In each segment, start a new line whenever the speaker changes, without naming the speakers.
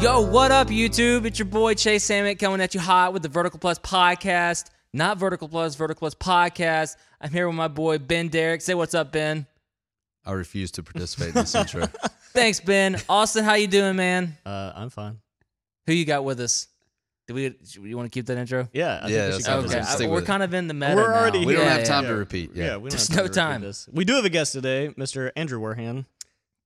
Yo, what up, YouTube? It's your boy Chase Samet coming at you hot with the Vertical Plus podcast. Not Vertical Plus, Vertical Plus podcast. I'm here with my boy Ben Derrick. Say what's up, Ben.
I refuse to participate in this intro.
Thanks, Ben. Austin, how you doing, man?
Uh, I'm fine.
Who you got with us? Do we? You want to keep that intro?
Yeah.
Yeah,
I think
that's
we should
how
go
it
with
Okay,
is.
this.
I-
Stick
we're
with it.
kind of in the meta.
We're already
now.
We don't
Yeah,
have
yeah.
time to repeat. Yeah.
Yeah, we don't
There's
have
no
to repeat
time.
This. We do have a guest today, Mr. Andrew Warhan.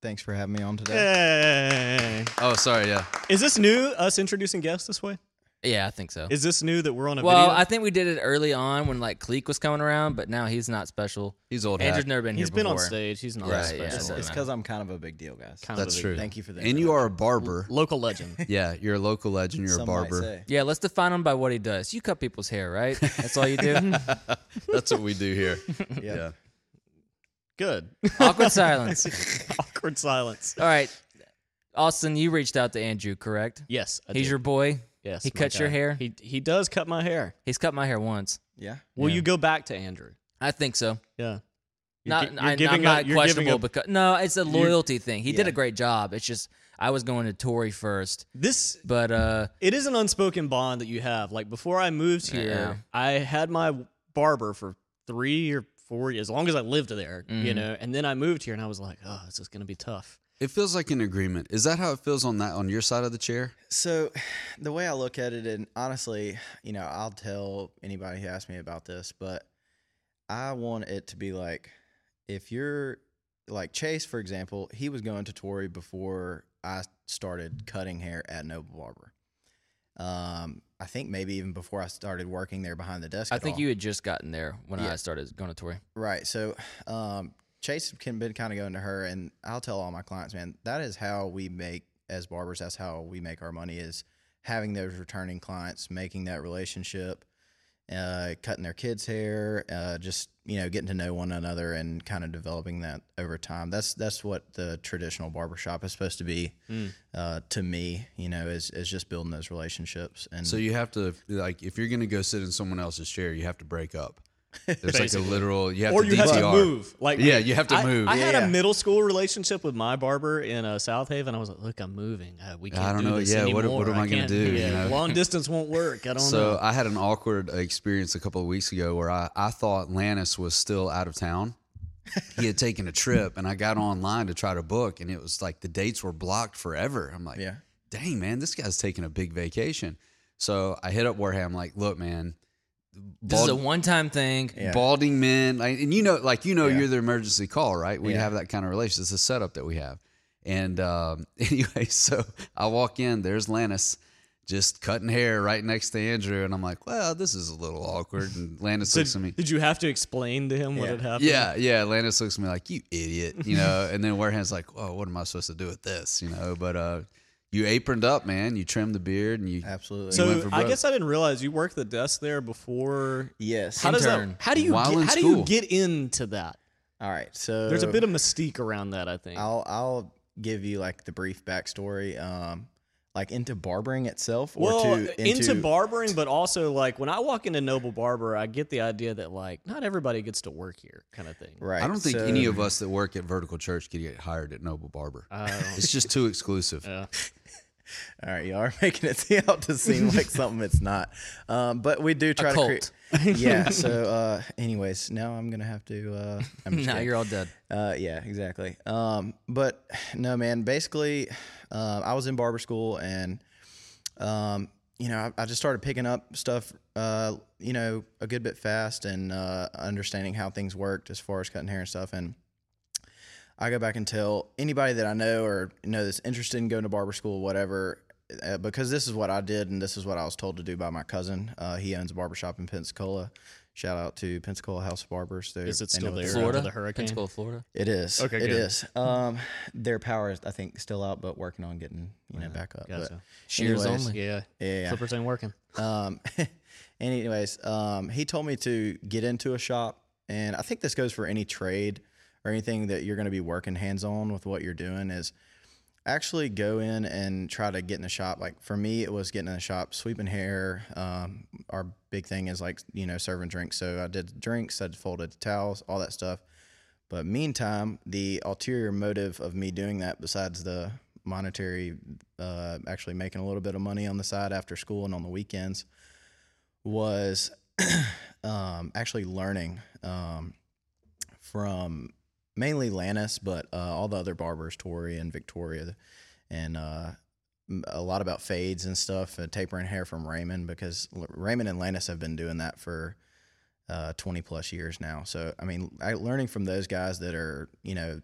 Thanks for having me on today.
Hey.
Oh, sorry. Yeah.
Is this new? Us introducing guests this way?
Yeah, I think so.
Is this new that we're on a
Well,
video?
I think we did it early on when like Cleek was coming around, but now he's not special.
He's old
Andrew's
hat.
never been
He's
here
been on
before.
stage. He's not
Right,
special.
yeah, so-
It's because I'm kind of a big deal, guys.
Kind of
That's
a big-
true.
Thank you for that.
And you are a barber.
Local legend.
Yeah, you're a local legend. You're a
Some might
barber.
say.
Yeah, let's define him by what he does. You cut people's hair, right? That's all you do.
That's what we do here.
Yeah.
Yeah.
Good.
Awkward silence.
Awkward silence.
All right. Austin, you reached out to Andrew, correct?
Yes. I
He's
did.
your boy.
Yes.
he
my
cuts your
guy.
hair?
He he does cut my hair.
He's cut my hair once.
Yeah.
Will
Yeah.
you go back to Andrew?
I think so.
Yeah.
Not,
gi-
I, am
giving
not
up- you're giving
questionable
up-
because no, it's a loyalty thing. He did
yeah.
a great job. It's just I was going to Tory first,
This
but uh,
it is an unspoken bond that you have. Like before I moved here,
Yeah.
I had my barber for three or four years, as long as I lived there,
Mm-hmm.
you know. And then I moved here, and I was like, oh, this is gonna be tough.
It feels like an agreement. Is that how it feels on that on your side of the chair?
So, the way I look at it, and honestly, you know, I'll tell anybody who asks me about this, but I want it to be like if you're like Chase, for example, he was going to Tory before I started cutting hair at Noble Barber. Um, I think maybe even before I started working there behind the desk.
I
at
think
all.
you had just gotten there when I
Yeah.
started going to Tory.
Right. So um, Chase can been kind of going to her, and I'll tell all my clients, man, that is how we make as barbers. That's how we make our money is having those returning clients, making that relationship, uh, cutting their kids' hair, uh, just you know, getting to know one another and kind of developing that over time. That's that's what the traditional barbershop is supposed to be
Mm.
uh, to me. You know, is is just building those relationships and
So you have to like if you're gonna go sit in someone else's chair, you have to break up. There's like a literal. You have
or
to
you
DTR.
have to move. Like
Yeah, you have to
I-
move.
I had a
Yeah.
middle school relationship with my barber in uh, South Haven. I was like, look, I'm moving. Uh, we can't
don't
do
know.
This
Yeah, what-
anymore.
what am I gonna
can't-
do, you
Yeah,
know?
long distance won't work. I don't
So uh,
know.
I had an awkward experience a couple of weeks ago where I, I thought Lannis was still out of town. He had taken a trip and I got online to try to book and it was like the dates were blocked forever. I'm like,
Yeah.
dang man, this guy's taking a big vacation. So I hit up Wareham like, look, man,
This is a
bald-
one-time thing.
Yeah.
balding men like, and you know like you know
Yeah.
you're the emergency call right we
Yeah.
have that kind of relationship it's a setup that we have and um, anyway so i walk in there's lannis just cutting hair right next to andrew and i'm like well this is a little awkward and lannis
So
looks at me
did you have to explain to him what
Yeah.
had happened?
yeah yeah lannis looks at me like you idiot you know and then wareham's like oh what am i supposed to do with this you know but uh you aproned up man you trimmed the beard and you
absolutely.
went
So
for
I
broke.
guess I didn't realize you worked the desk there before.
yes.
How does that?
Intern.
How do you
While
get,
in
how do
school.
you get into that?
all right. So
There's a bit of mystique around that, I think.
I'll I'll give you like the brief backstory, um, like into barbering itself, or
well, uh,
to
into,
into,
barbering, but also like when I walk into Noble Barber, I get the idea that like not everybody gets to work here, kind of thing.
Right.
I don't think
so-
any of us that work at Vertical Church could get hired at Noble Barber. It's just too exclusive.
All right, y'all are making it out to seem like something it's not, um, but we do try to create. yeah. So, uh, anyways, now I'm gonna have to. Uh, I'm just
Now
kidding.
you're all dead.
Uh, yeah, exactly. Um, but no, man. Basically, uh, I was in barber school, and um, you know, I, I just started picking up stuff, uh, you know, a good bit fast, and uh, understanding how things worked as far as cutting hair and stuff. And I go back and tell anybody that I know or know that's interested in going to barber school, whatever, uh, because this is what I did and this is what I was told to do by my cousin. Uh, he owns a barbershop in Pensacola. Shout out to Pensacola House of Barbers. They're-
Is it
they know
still
what they're
there?
about.
Florida,
the hurricane?
Pensacola, Florida.
It is.
Okay,
Okay,
good.
It is. Um, their power is, I think, still out, but working on getting you know back up.
gotcha.
Shears
Anyways,
only.
Yeah.
Yeah.
Clippers ain't working.
But, um, anyways, um, he told me to get into a shop, and I think this goes for any trade or anything that you're going to be working hands on with what you're doing is actually go in and try to get in the shop. Like for me, it was getting in the shop, sweeping hair. Um, our big thing is like you know serving drinks. So I did drinks, I did folded towels, all that stuff. But meantime, the ulterior motive of me doing that, besides the monetary, uh, actually making a little bit of money on the side after school and on the weekends, was um, actually learning um, from mainly Lannis, but uh, all the other barbers, Tori and Victoria, and uh, m- a lot about fades and stuff, uh, tapering hair from Raymond because L- Raymond and Lannis have been doing that for uh, 20 plus years now. So, I mean, I, learning from those guys that are, you know,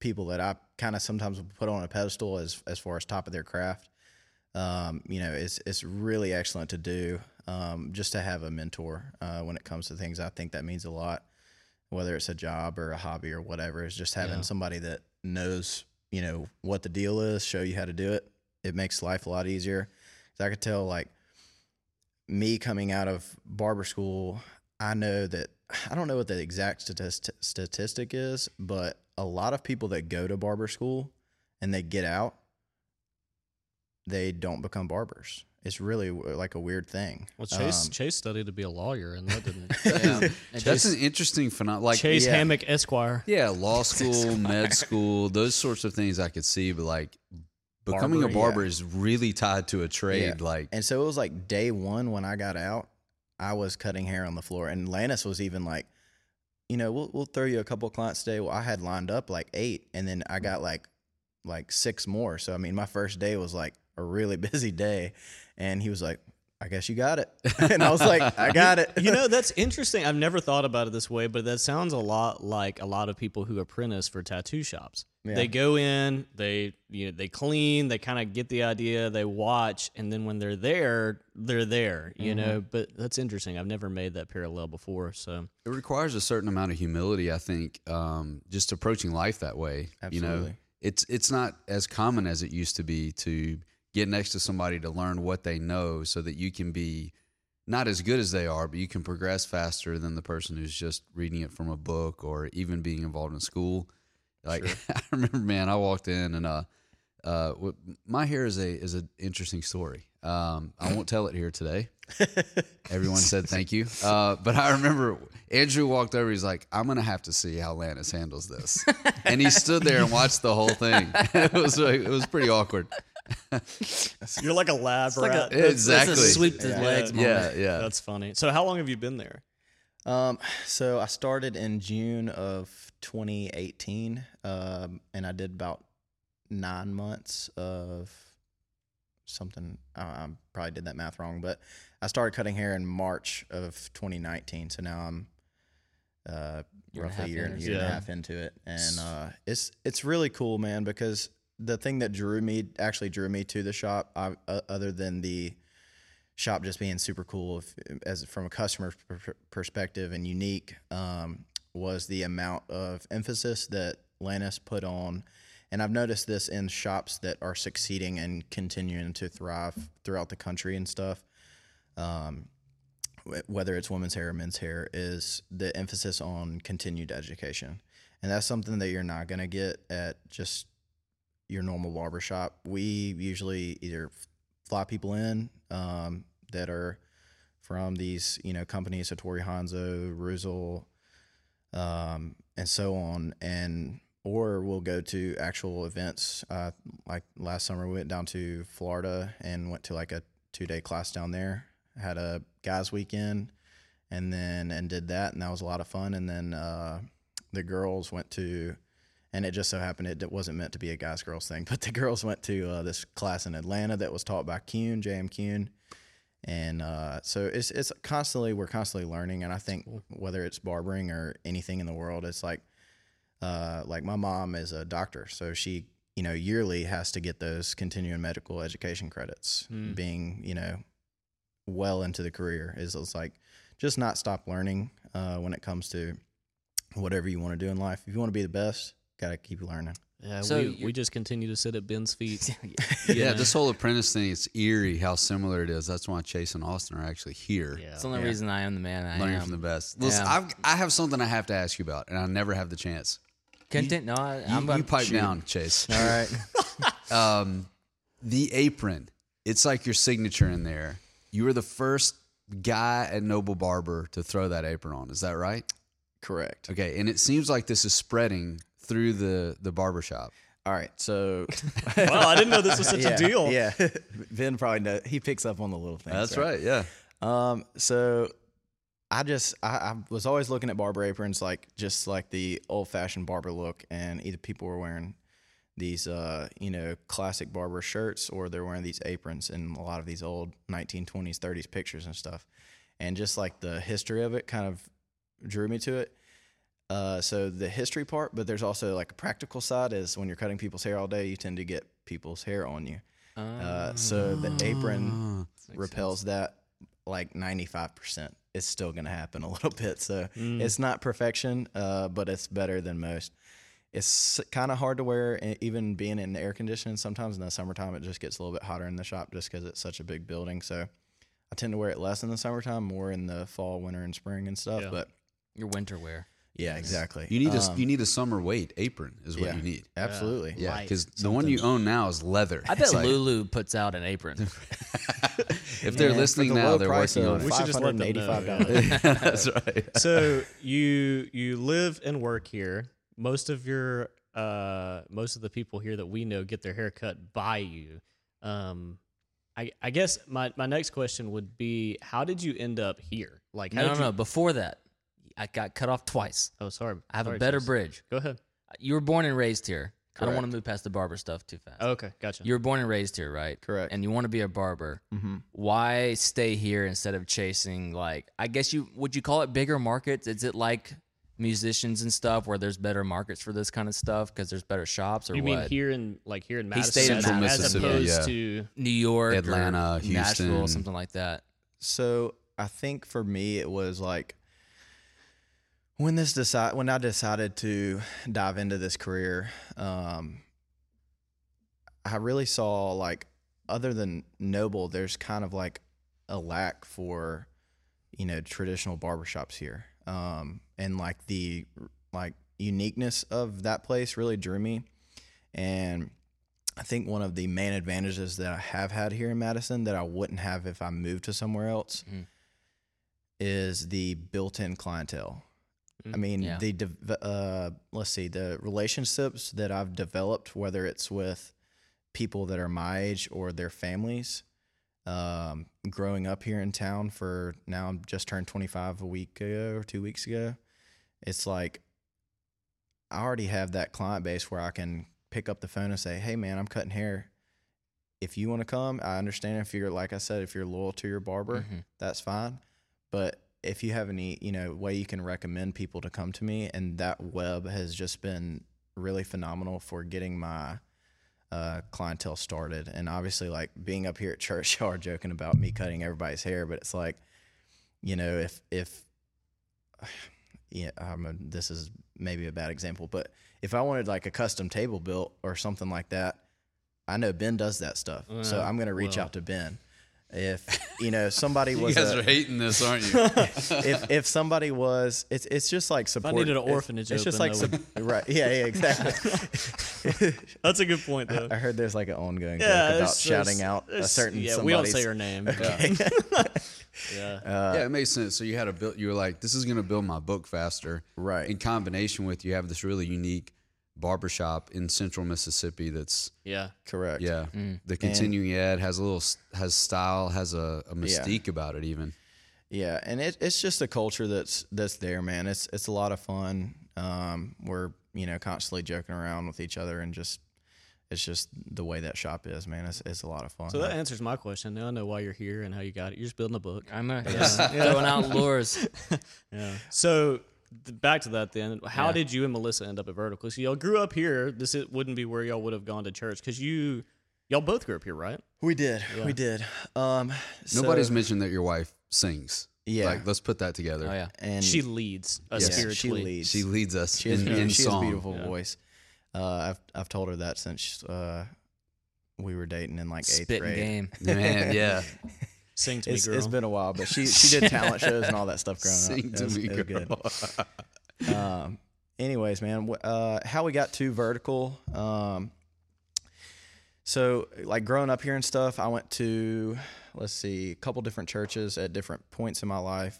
people that I kind of sometimes put on a pedestal as, as far as top of their craft, um, you know, it's, it's really excellent to do um, just to have a mentor uh, when it comes to things. I think that means a lot, whether it's a job or a hobby or whatever, is just having
Yeah.
somebody that knows, you know, what the deal is, show you how to do it. It makes life a lot easier. 'Cause I could tell, like, me coming out of barber school, I know that I don't know what the exact statist- statistic is, but a lot of people that go to barber school and they get out, they don't become barbers. It's really w- like a weird thing.
Well, Chase
Um,
Chase studied to be a lawyer, and that didn't.
Yeah.
And
That's
Chase,
an interesting phenomenon. Like,
Chase
yeah.
Hammock Esquire.
yeah, law school, med school, those sorts of things I could see, but like becoming
Barber,
a
yeah.
barber is really tied to a trade. Like,
And so it was like day one when I got out, I was cutting hair on the floor. And Lannis was even like, you know, we'll we'll throw you a couple clients today. Well, I had lined up like eight, and then I got like like six more. So I mean, my first day was like a really busy day. And he was like, I guess you got it. And I was like, I got it.
You know, that's interesting. I've never thought about it this way, but that sounds a lot like a lot of people who apprentice for tattoo shops.
Yeah.
They go in, they you know, they clean, they kind of get the idea, they watch, and then when they're there, they're there, you know. But that's interesting. I've never made that parallel before, so
it requires a certain amount of humility, I think, um, just approaching life that way. You know,
Absolutely.
it's it's not as common as it used to be to get next to somebody to learn what they know so that you can be not as good as they are, but you can progress faster than the person who's just reading it from a book or even being involved in school. Like I remember, man, I walked in and uh, uh, wh- my hair is a is an interesting story. Um, I won't tell it here today. Everyone said thank you, uh, but I remember Andrew walked over. He's like, "I'm gonna have to see how Lannis handles this," and he stood there and watched the whole thing. it was like, it was pretty awkward.
you're like a lab
like a-
rat.
that's-
Exactly.
That's a sweep the
Yeah.
legs. moment.
Yeah, yeah.
That's funny. So, how long have you been there?
Um, so I started in June of 2018, um, and I did about nine months of something. I, I probably did that math wrong, but I started cutting hair in March of 2019. So now I'm uh,
Year and a
roughly a
half
year,
in or
and, year and a
so.
half into it, and uh, it's it's really cool, man, because the thing that drew me actually drew me to the shop, I, uh, other than the shop just being super cool if, as from a customer per- perspective and unique um, was the amount of emphasis that Lannis put on. And I've noticed this in shops that are succeeding and continuing to thrive throughout the country and stuff. Um, wh- whether it's women's hair or men's hair, is the emphasis on continued education. And that's something that you're not going to get at just your normal barber shop. We usually either fly people in um, that are from these you know companies, Satori Hanzo, Ruzel, um, and so on, and or we'll go to actual events. Uh, like last summer, we went down to Florida and went to like a two day class down there. Had a guys weekend, and then and did that, and that was a lot of fun. And then uh, the girls went to and it just so happened it wasn't meant to be a guys girls thing, but the girls went to uh, this class in Atlanta that was taught by Kuhn, J.M. Kuhn. And uh, so it's it's constantly we're constantly learning, and I think whether it's barbering or anything in the world, it's like uh, like my mom is a doctor, so she you know yearly has to get those continuing medical education credits.
Hmm.
Being you know well into the career is it's like just not stop learning uh, when it comes to whatever you want to do in life. If you want to be the best, gotta keep learning.
Yeah,
So
Uh, we,
you're-
we just continue to sit at Ben's feet.
Yeah,
you know?
this whole apprentice thing, it's eerie how similar it is. That's why Chase and Austin are actually here.
Yeah.
It's the only reason I am the man I
Learning
am.
from the best. Listen,
Yeah.
I've, I have something I have to ask you about, and I never have the chance.
Content? No, I,
You,
I'm about
you pipe
shoot.
down, Chase.
All right.
um, the apron. It's like your signature in there. You were the first guy at Noble Barber to throw that apron on. Is that right?
Correct.
Okay, and it seems like this is spreading through the the barber shop.
All right, so
Wow, I didn't know this was such
yeah,
a deal.
Yeah, Ben probably knows. He picks up on the little things.
That's right. Yeah.
Um, so I just I, I was always looking at barber aprons, like just like the old fashioned barber look, and either people were wearing these uh, you know classic barber shirts or they're wearing these aprons in a lot of these old 1920s 30s pictures and stuff and just like the history of it kind of drew me to it uh, so the history part but there's also like a practical side is when you're cutting people's hair all day you tend to get people's hair on you uh, so the apron
Uh,
repels that like 95%. It's still going to happen a little bit. So it's not perfection, uh, but it's better than most. It's kind of hard to wear, e- even being in air conditioning sometimes in the summertime. It just gets a little bit hotter in the shop just because it's such a big building. So I tend to wear it less in the summertime, more in the fall, winter, and spring and stuff.
Yeah.
But
Your winter wear.
yeah, exactly.
you need a
Um,
you need a summer weight apron is what
yeah.
you need.
Absolutely.
Yeah,
Light
because the one you own now is leather.
I bet Lulu puts out an apron.
if they're
Yeah, for
listening
the
now,
low
they're
price
working
of
on
We
it.
should just let them know,
$585.
yeah.
That's right.
so you you live and work here. Most of your uh most of the people here that we know get their hair cut by you. Um I I guess my my next question would be how did you end up here? Like how
No, no,
did
no.
you
Before that, I got cut off twice.
Oh sorry.
I have
Sorry,
a better
Chase.
bridge.
Go ahead.
You were born and raised here. I don't want
Correct.
to move past the barber stuff too fast.
Oh, Okay, gotcha.
You were born and raised here, right?
Correct.
And you want to be a barber.
hmm
Why stay here instead of chasing like I guess you would you call it bigger markets? Is it like musicians and stuff where there's better markets for this kind of stuff because there's better shops or
you mean
what?
here in like here in Madison,
stayed in
as-
Central
as
Mississippi,
opposed
yeah.
to
New York, or
Atlanta,
Nashville,
Houston.
something like that.
So I think for me it was like when this decide when I decided to dive into this career, um, I really saw like other than Noble, there's kind of like a lack for you know traditional barbershops here, um, and like the like uniqueness of that place really drew me, and I think one of the main advantages that I have had here in Madison that I wouldn't have if I moved to somewhere else
Mhm.
is the built-in clientele. I
Mm,
mean,
yeah.
the dev- uh, let's see, the relationships that I've developed, whether it's with people that are my age or their families, um, growing up here in town for now, I'm just turned 25 a week ago or two weeks ago. It's like I already have that client base where I can pick up the phone and say, "Hey, man, I'm cutting hair. If you want to come, I understand. If you're like I said, if you're loyal to your barber,
Mhm.
that's fine. But if you have any, you know, way you can recommend people to come to me, and that web has just been really phenomenal for getting my uh, clientele started. And obviously, like being up here at church, y'all are joking about me cutting everybody's hair, but it's like, you know, if if yeah, I'm a, this is maybe a bad example, but if I wanted like a custom table built or something like that, I know Ben does that stuff, so
Uh,
I'm gonna reach
well.
out to Ben. If you know somebody
You
was
guys
a-
are hating this, aren't you?
if if somebody was, it's it's just like support.
needed an
it's-
orphanage
it's, just
open,
like
I
sup- right. Yeah, yeah, exactly.
That's a good point though.
I heard there's like an ongoing
Yeah,
joke about
there's-
shouting
there's-
out a
there's-
certain.
Yeah, we don't say
somebody's- uh,
her name. yeah.
yeah, it makes sense. So you had a built. You were like, this is going to build my book faster.
Right.
In combination with you have this really unique barbershop in Central Mississippi. That's
Yeah.
Correct.
yeah. The continuing ed has a little s- has style has a, a mystique about it even.
Yeah, and it, it's just a culture that's that's there, man. It's it's a lot of fun. Um, we're you know constantly joking around with each other and just it's just the way that shop is, man. It's it's a lot of fun.
So that answers my question. Now I know why you're here and how you got it. You're just building a book.
I'm uh, just throwing out lures.
Yeah. So th- back to that then. How did you and Melissa end up at Vertical? So y'all grew up here. This it wouldn't be where y'all would have gone to church because you y'all both grew up here, right?
we did, we did. Um, so-
Nobody's mentioned that your wife sings.
Yeah.
Like let's put that together.
Oh yeah.
and
she leads us
yeah, she
spiritually.
leads.
She leads us
She has,
in,
beautiful-
in
she has
song.
beautiful voice. Uh, I've I've told her that since uh, we were dating in like eighth
Spitting
grade.
game.
Man, yeah.
Sing to
It's,
me, girl.
it's been a while, but she she did talent shows and all that stuff growing up.
Sing
It
to
was-
me,
it was
girl.
good. um, anyways, man, wh- uh, how we got to vertical. Um, so like growing up here and stuff, I went to let's see a couple different churches at different points in my life.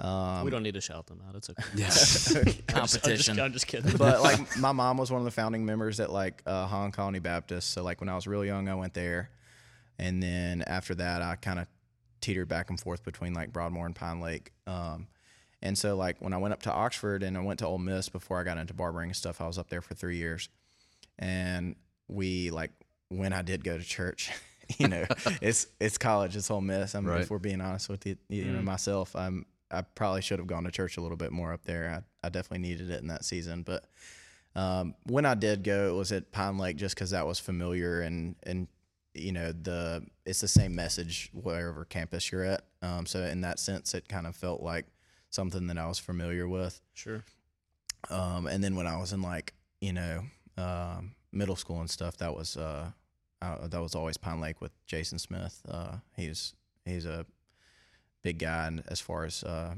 Um,
we don't need to shout them out. It's okay.
Yes.
I'm just- I'm just-
Competition.
I'm just kidding.
but like my mom was one of the founding members at like uh, Hong Colony Baptist. So like when I was real young, I went there, and then after that, I kind of teetered back and forth between like Broadmoor and Pine Lake. Um, and so like when I went up to Oxford and I went to Ole Miss before I got into barbering and stuff, I was up there for three years, and we like when I did go to church. You know, it's it's college, it's Ole Miss. I mean,
Right.
if we're being honest with you, you know,
Mm.
myself, I'm I probably should have gone to church a little bit more up there. I, I definitely needed it in that season, but um, when I did go, it was at Pine Lake just because that was familiar and and you know the it's the same message wherever campus you're at. Um, so in that sense, it kind of felt like something that I was familiar with.
sure.
Um, and then when I was in like you know um, middle school and stuff, that was uh, I, that was always Pine Lake with Jason Smith. Uh, he's he's a big guy, and as far as uh,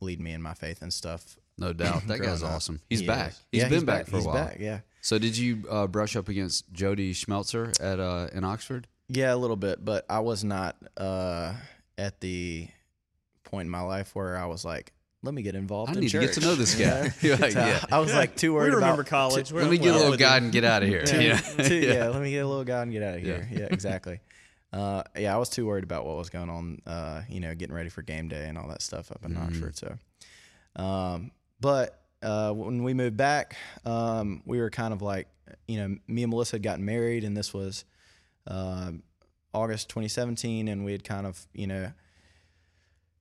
leading me in my faith and stuff,
no doubt. That guy's
Growing up.
awesome. He's
he
back.
is.
He's
Yeah,
been back, for
he's
a while.
Back, yeah.
So did you uh, brush up against Jody Schmelzer at uh, in Oxford?
Yeah, a little bit, but I was not uh, at the point in my life where I was like, let me get involved.
I
in
need to get to
church,
know this
you
guy. You're like,
So
yeah.
I was like too worried
we remember
about
college. We're
Let me
we're
get a
up
little
with you.
guide and get out of here.
Yeah.
Yeah.
too, yeah.
Yeah.
let me get a little guy and get out of
Yeah.
here. Yeah, exactly. uh, yeah, I was too worried about what was going on, uh, you know, getting ready for game day and all that stuff up in
Mhm.
Oxford. So, um, but uh, when we moved back, um, we were kind of like, you know, me and Melissa had gotten married, and this was um August 2017, and we had kind of, you know,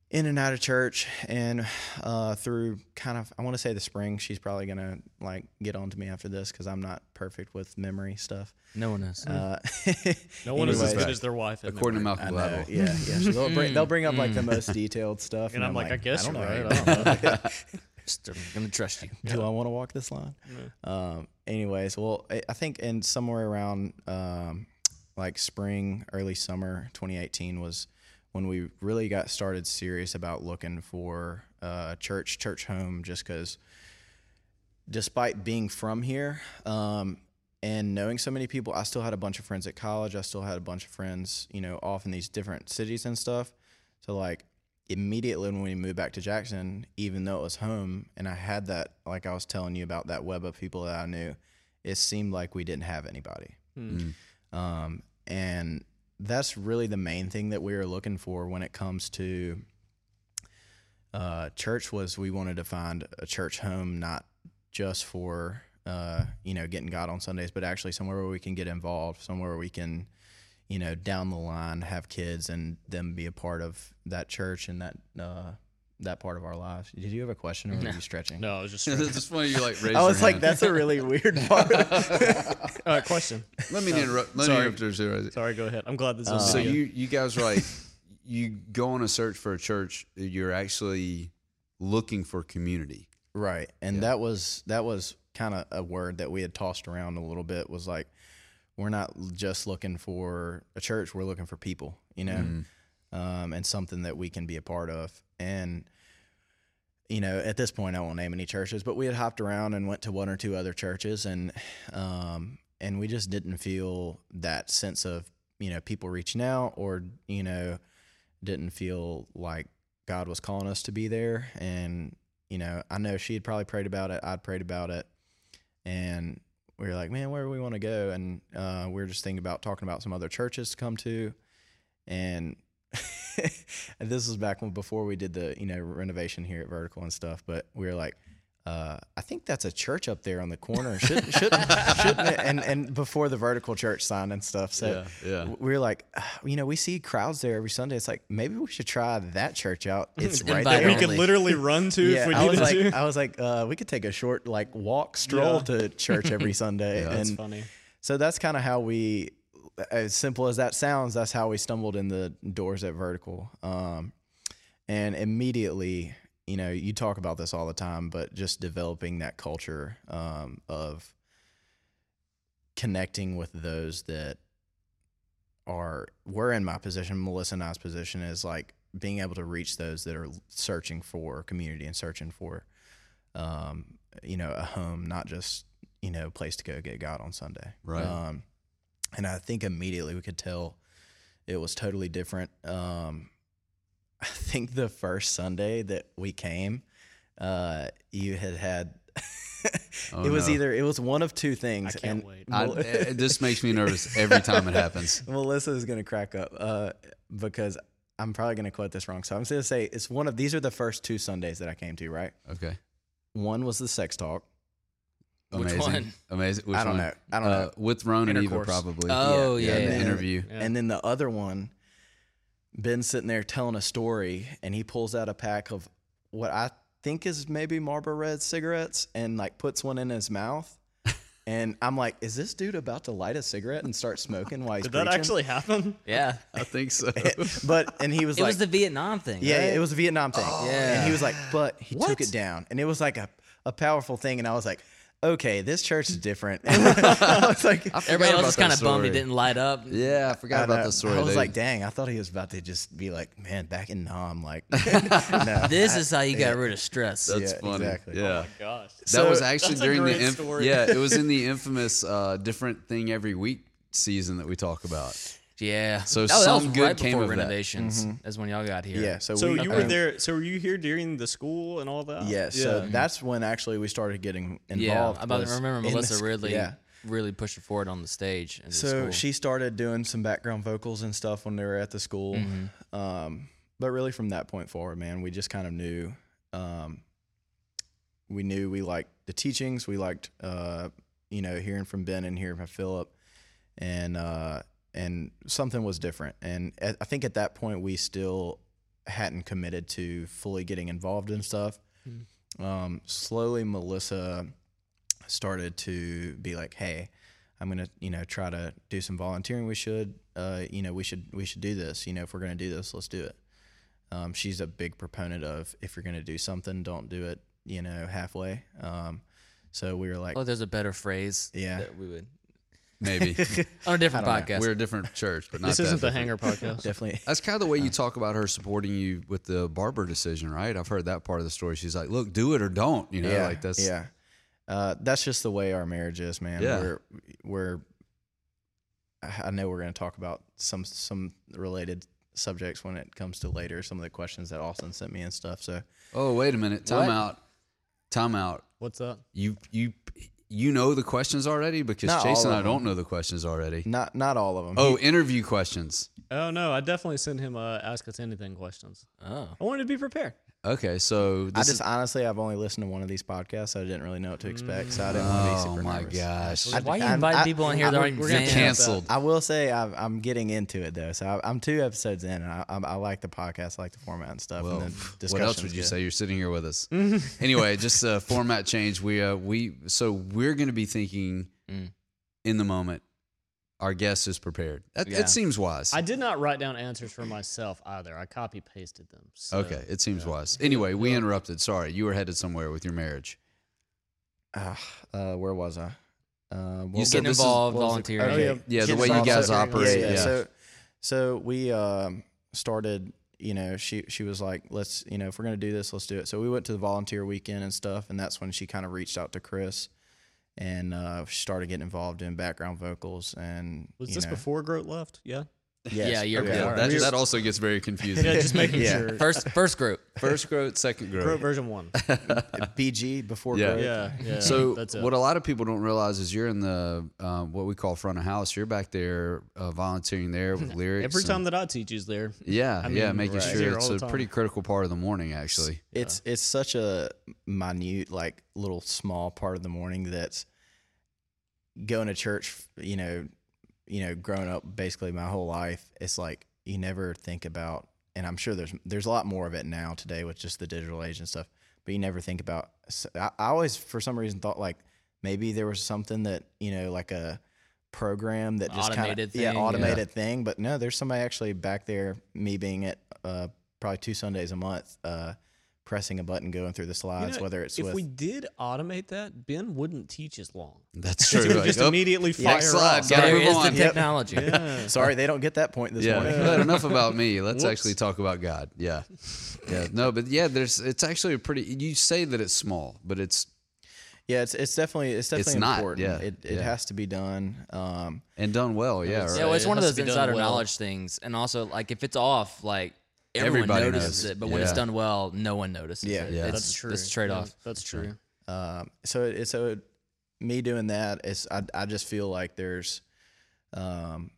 in and out of church and uh, through kind of i want to say the spring she's probably gonna like get on to me after this because i'm not perfect with memory stuff
No one is.
uh,
No one is as
anyways.
good as their wife. at
According to
memory.
I
Malcolm
know,
Gladwell.
yeah, yeah. So they'll bring they'll bring up like the most detailed stuff,
Mm. And I'm like, I guess
don't
you're
know.
right. I don't know.
Just- I'm gonna trust you.
Do I want to walk this line? Um, anyways, well, I, I think in somewhere around um, like spring, early summer 2018 was when we really got started serious about looking for uh, church, church home, just because despite being from here um, and knowing so many people, I still had a bunch of friends at college. I still had a bunch of friends, you know, off in these different cities and stuff. So, like, immediately when we moved back to Jackson, even though it was home and I had that, like I was telling you about that web of people that I knew, it seemed like we didn't have anybody.
Mm.
Um, and that's really the main thing that we were looking for when it comes to uh, church was we wanted to find a church home, not just for, uh, you know, getting God on Sundays, but actually somewhere where we can get involved, somewhere we can, you know, down the line have kids and them be a part of that church and that, uh, that part of our lives. Did you have a question or were
No.
you stretching?
No, I was just.
it's just funny you like raise
I
your
was like,
hand.
that's a really weird part.
Uh, question.
Let me interrupt. Let
sorry.
me interrupt. you.
Sorry, go ahead. I'm glad
Uh,
this is.
Uh, So
video.
you you guys were like you go on a search for a church. You're actually looking for community.
Right. And that was that was kind of a word that we had tossed around a little bit was like we're not l- just looking for a church, we're looking for people, you know.
Mm-hmm.
Um and something that we can be a part of. And you know, at this point I won't name any churches, but we had hopped around and went to one or two other churches and um and we just didn't feel that sense of, you know, people reaching out or, you know, didn't feel like God was calling us to be there and you know, I know she had probably prayed about it. I'd prayed about it. And we were like, man, where do we want to go? And uh, we were just thinking about talking about some other churches to come to. And, and this was back when before we did the, you know, renovation here at Vertical and stuff. But we were like, uh, I think that's a church up there on the corner. Should, shouldn't, shouldn't it? And, and before the vertical church sign and stuff. So
yeah.
w- we were like, "Ah, you know, we see crowds there every Sunday. It's like, maybe we should try that church out. It's right
Invite
there.
only.
we could literally run to if we
I was
needed
like,
to.
I was like, uh, we could take a short like walk stroll
Yeah.
to church every Sunday,
That's
and
funny.
so that's kind of how we, as simple as that sounds, that's how we stumbled in the doors at Vertical, um, and immediately, you know, you talk about this all the time, but just developing that culture um, of connecting with those that are were in my position, Melissa and I's position is like being able to reach those that are searching for community and searching for, um, you know, a home, not just you know, a place to go get God on Sunday.
Right.
Um, and I think immediately we could tell it was totally different. Um, I think the first Sunday that we came, uh, you had had.
Oh,
it was
no.
either it was one of two things.
I can't
and
wait.
I,
Mel-
eh, this makes me nervous every time it happens.
Melissa is gonna crack up uh, because I'm probably gonna quote this wrong. So I'm just gonna say it's one of these are the first two Sundays that I came to. Right,
Okay.
one was the sex talk.
Which
Amazing.
one?
Amazing. Which
I don't
one?
know. I don't
Uh,
know.
with Ron and Eva,
Intercourse.
probably.
Oh,
yeah.
yeah,
in the
yeah.
interview.
Yeah.
And then the other one, Ben's sitting there telling a story, and he pulls out a pack of what I think is maybe Marlboro Red cigarettes, and like puts one in his mouth. And I'm like, is this dude about to light a cigarette and start smoking while he's
Did that
preaching?
actually happen?
Yeah.
I think so.
But and he was
It
like,
was the Vietnam thing.
yeah,
right? Oh,
it was a Vietnam thing.
Yeah.
and he was like, but he
What?
took it down, and it was like a a powerful thing, and I was like. Okay, this church is different. I was like,
I forgot
Everybody else
about
was kind
that
of bummed it
story.
didn't light up.
Yeah, I forgot about
know.
the story.
I was
dude.
like, dang, I thought he was about to just be like, man, back in Nam, like, no.
This is how you got rid of stress.
that's
yeah,
funny.
exactly.
Yeah.
Gosh.
that was
So-
actually
That's a
during the
great
inf-
story.
yeah, it was in the infamous uh, different thing every week season that we talk about.
Yeah.
So
Oh,
some good
right
came
before
of that.
renovations. That's when y'all got here.
yeah. So,
So
we,
you were
um,
there. So were you here during the school and all that?
Yeah. So that's when actually we started getting
Yeah.
involved.
I about
was in
remember
the
Melissa
sc-
Ridley
Yeah.
really pushing forward on the stage. in the
So
school.
she started doing some background vocals and stuff when they were at the school.
Mm-hmm.
Um, but really, from that point forward, man, we just kind of knew. Um, we knew we liked the teachings. We liked, uh, you know, hearing from Ben and hearing from Philip, and uh, and something was different. And at, I think at that point, we still hadn't committed to fully getting involved in stuff. Um, slowly, Melissa started to be like, "Hey, I'm gonna, you know, try to do some volunteering. We should, uh, you know, we should, we should do this. You know, if we're gonna do this, let's do it." Um, she's a big proponent of if you're gonna do something, don't do it, you know, halfway. Um, so we were like,
oh, there's a better phrase.
Yeah.
That we would
Maybe
on a different
I don't
podcast.
we're a different church, but not
This
that
isn't the
different.
Hanger podcast.
definitely,
That's kind of the way you talk about her supporting you with the barber decision, right? I've heard that part of the story. She's like, "Look, do it or don't," you know,
yeah,
like that's
yeah. Uh, that's just the way our marriage is, man.
Yeah.
We're, we're, I I know we're gonna talk about some some related subjects when it comes to later some of the questions that Austin sent me and stuff. So
Oh, wait a minute, time
What?
out, time out.
What's up?
You you you know the questions already because
Not all
Chase and
of
I don't know the questions already.
not not all of them.
Oh, interview questions.
Oh no, I definitely sent him uh, ask us anything questions.
oh.
I wanted to be prepared.
Okay, so
I
this
just honestly, I've only listened to one of these podcasts. So I didn't really know what to expect, so I didn't want to be
is, oh
super
my
nervous.
gosh,
Why you
I'm-
invite
I-
people in here that aren't
we're gonna
fans?
cancel.
canceled.
I will say I've, I'm getting into it though, so I, I'm two episodes in, and I, I, I like the podcast, I like the format and stuff.
Well,
and the
what
discussion
else would you say? You're sitting here with us.
Mm-hmm.
anyway, just a format change. We uh, we so we're going to be thinking
Mm.
in the moment. Our guest is prepared. That,
Yeah.
It seems wise.
I did not write down answers for myself either. I copy pasted them. So.
okay, it seems wise. Anyway, we interrupted. Sorry, you were headed somewhere with your marriage.
Uh, uh, where was I? Uh,
You
what-
said
Getting
this is-
involved,
what was it?
volunteering.
Oh, yeah.
Yeah, the
Kids
way you
also-
guys
yeah,
operate. Yeah,
So, so we um, started. You know, she she was like, "Let's, you know, if we're gonna do this, let's do it." So we went to the volunteer weekend and stuff, and that's when she kind of reached out to Chris, and uh, she started getting involved in background vocals. And
Was
you
this
know-
before Grote left? Yeah.
Yes.
Yeah, you're
Yeah,
Alright.
that,
We were-
that also gets very confusing.
Yeah, just making
Yeah.
sure.
First, first group.
First growth, second growth.
Grote version one.
BG before
Yeah.
growth.
Yeah. yeah
So
that's it.
what a lot of people don't realize is you're in the um, what we call front of house. You're back there uh, volunteering there with lyrics.
Every
and-
time that I teach is there.
Yeah,
I
yeah,
mean,
making
right.
sure
Zero
it's
all
a
the
pretty
time.
critical part of the morning. Actually,
It's it's such a minute, like little small part of the morning that's going to church. You know, you know, growing up basically my whole life, it's like you never think about. And I'm sure there's there's a lot more of it now today with just the digital age and stuff. But you never think about. so I, I always, for some reason, thought like maybe there was something that you know, like a program that just kind
Automated
of yeah
thing, yeah.
automated thing. But no, there's somebody actually back there. Me being at uh, probably two Sundays a month, uh, pressing a button, going through the
You
slides,
know,
whether it's
if
with
we did automate that, Ben wouldn't teach as long.
that's
He would
Like,
just
oh,
immediately fire
next slide,
off.
Gotta
There
move
is
on.
the
Yep.
technology.
Yeah.
sorry, they don't get that point this
yeah.
morning.
But enough about me. Let's
Whoops.
actually talk about God. Yeah, yeah. No, but yeah, there's. It's actually a pretty. You say that it's small, but it's
Yeah, it's it's definitely it's definitely
not,
important.
yeah,
It it
yeah.
has to be done. Um,
and done well. Yeah,
would
right.
say-
Yeah, well, it's
It
one of
has
those
to be done
insider
well.
knowledge things, and also like if it's off, like everyone
Everybody
notices
knows.
it, but when it's
Yeah.
done well, no one notices
Yeah.
it.
Yeah.
It's-
that's true.
That's trade
Yeah,
off.
that's true.
Um, so it, so it, me doing that is I I just feel like there's, um,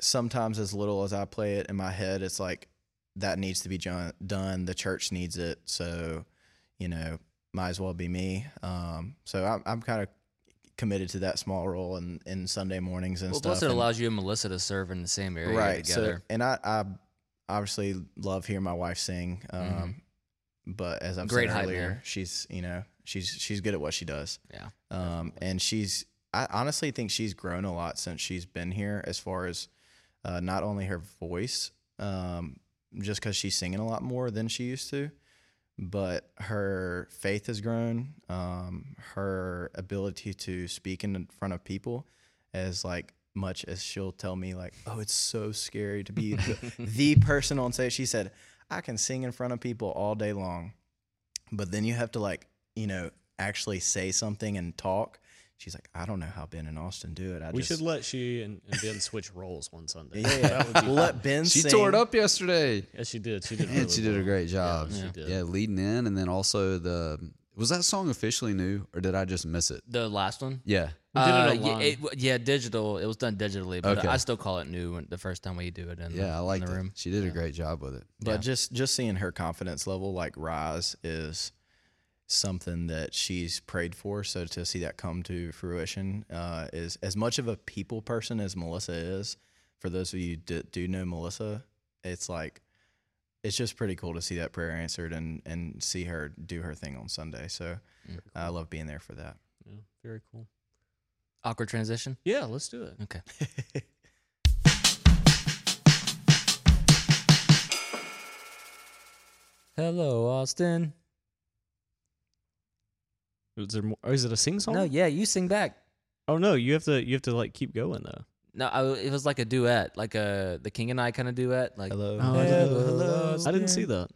sometimes as little as I play it in my head, it's like that needs to be jo- done. The church needs it, so you know, might as well be me. Um, so I'm I'm kind of committed to that small role in, in Sunday mornings and
Well,
stuff.
plus it
and-
allows you and Melissa to serve in the same area together.
so and I, I obviously love hearing my wife sing. Um, but as I've
Mm-hmm. Great
said
hype
earlier,
man.
she's you know she's she's good at what she does.
Yeah,
Um, and she's I honestly think she's grown a lot since she's been here as far as uh, not only her voice, um, just because she's singing a lot more than she used to, but her faith has grown. Um, her ability to speak in front of people as like much as she'll tell me like, oh, it's so scary to be the, the person on stage. She said, I can sing in front of people all day long, but then you have to like, you know, actually say something and talk. She's like, I don't know how Ben and Austin do it. I
We
just,
should let she and, and Ben switch roles one Sunday.
yeah, yeah.
That would be
let Ben.
She
sing.
tore it up yesterday.
Yeah, she did. She did.
And
really
she did a
well.
great job.
Yeah,
Yeah,
she did.
leading in, and then also the was that song officially new, or did I just miss it?
the last one.
Yeah,
We did it
Uh,
online.
yeah, it- yeah, digital. It was done digitally, but
Okay.
I still call it new when, the first time we do it in,
yeah, I
the, in
liked
the
it.
room.
She did a great job with it.
But
Yeah.
just just seeing her confidence level like rise is something that she's prayed for. So to see that come to fruition uh, is as much of a people person as Melissa is. For those of you that do know Melissa, it's like it's just pretty cool to see that prayer answered and and see her do her thing on Sunday. So
Mm.
I love being there for that.
Yeah, very cool.
Awkward transition.
Yeah, let's do it.
Okay. Hello, Austin.
Is there more? Oh, is it a sing song?
No, yeah, you sing back.
Oh no, you have to you have to like keep going though.
No, I, it was like a duet, like a the King and I kind of duet. Like
Hello.
Oh, I didn't-
Hello, hello.
I didn't see that.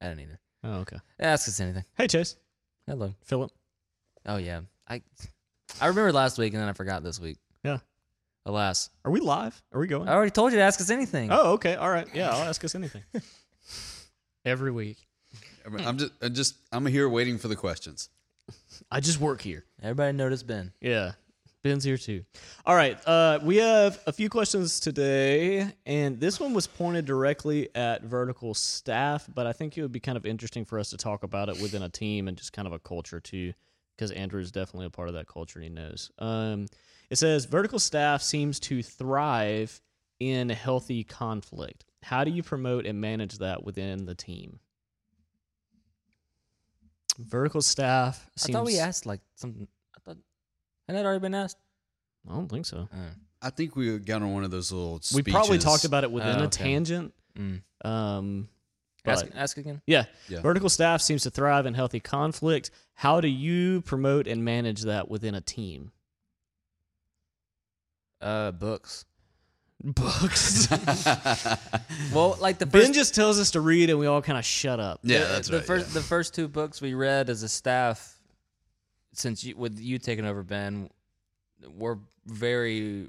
I don't either.
Oh, okay.
Ask us anything.
Hey, Chase,
Hello.
Philip.
Oh yeah, I I remembered last week and then I forgot this week.
Yeah.
Alas,
Are we live? Are we going?
I already told you to ask us anything.
Oh, okay. All right. Yeah, I'll ask us anything. Every week.
I mean, I'm just, I'm just, I'm here waiting for the questions.
I just work here.
Everybody noticed Ben.
Yeah. Ben's here too. All right. Uh, we have a few questions today, and this one was pointed directly at vertical staff, but I think it would be kind of interesting for us to talk about it within a team and just kind of a culture too, because Andrew is definitely a part of that culture and he knows. Um, it says vertical staff seems to thrive in healthy conflict. How do you promote and manage that within the team? Vertical staff.
I
Seems,
thought we asked like something. I thought hadn't that already been asked?
I don't think so.
Oh.
I think we got on one of those little.
We probably
speeches.
talked about it within
Oh,
a
okay.
tangent.
Mm.
Um,
Ask,
but-
ask again.
yeah.
Yeah.
vertical staff seems to thrive in healthy conflict. How do you promote and manage that within a team?
Uh, books.
Books.
Well, like the
ben
first,
just tells us to read, and we all kind of shut up.
yeah,
the,
that's
the
right.
first
yeah.
the first two books we read as a staff, since you, with you taking over Ben, were very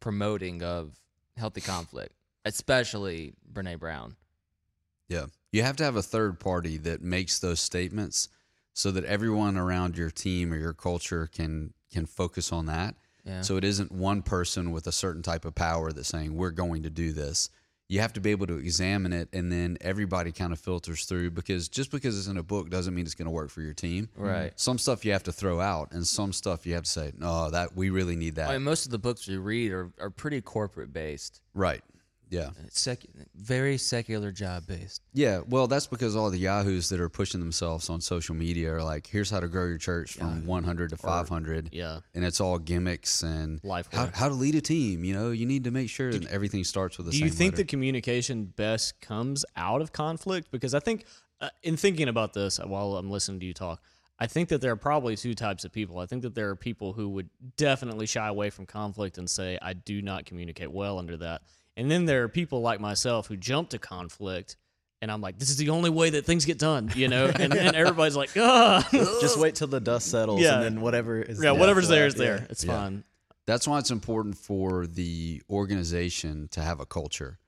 promoting of healthy conflict, especially Brene Brown.
Yeah. You have to have a third party that makes those statements so that everyone around your team or your culture can can focus on that.
Yeah.
So it isn't one person with a certain type of power that's saying we're going to do this. You have to be able to examine it and then everybody kind of filters through because just because it's in a book doesn't mean it's going to work for your team.
Right.
Some stuff you have to throw out and some stuff you have to say, "No, that we really need that."
I mean, most of the books we read are, are pretty corporate based,
right. Yeah.
sec- very secular job based.
Yeah, well, that's because all the yahoos that are pushing themselves on social media are like, "Here's how to grow your church from 100 to 500,"
Yeah.
and it's all gimmicks and
Life
How,
hacks.
how to lead a team. You know, you need to make sure that everything starts with the
Do
same.
you think
letter.
that communication best comes out of conflict? Because I think, uh, in thinking about this while I'm listening to you talk, I think that there are probably two types of people. I think that there are people who would definitely shy away from conflict and say, I do not communicate well under that. And then there are people like myself who jump to conflict. And I'm like, this is the only way that things get done, you know? And, and everybody's like, ah.
Just wait till the dust settles,
Yeah.
and then whatever is
yeah, whatever's there is
Yeah.
there. It's
Yeah.
fine.
that's why it's important for the organization to have a culture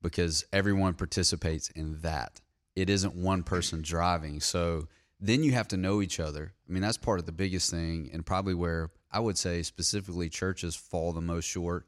because everyone participates in that. It isn't one person driving. So then you have to know each other. I mean, that's part of the biggest thing, and probably where I would say specifically churches fall the most short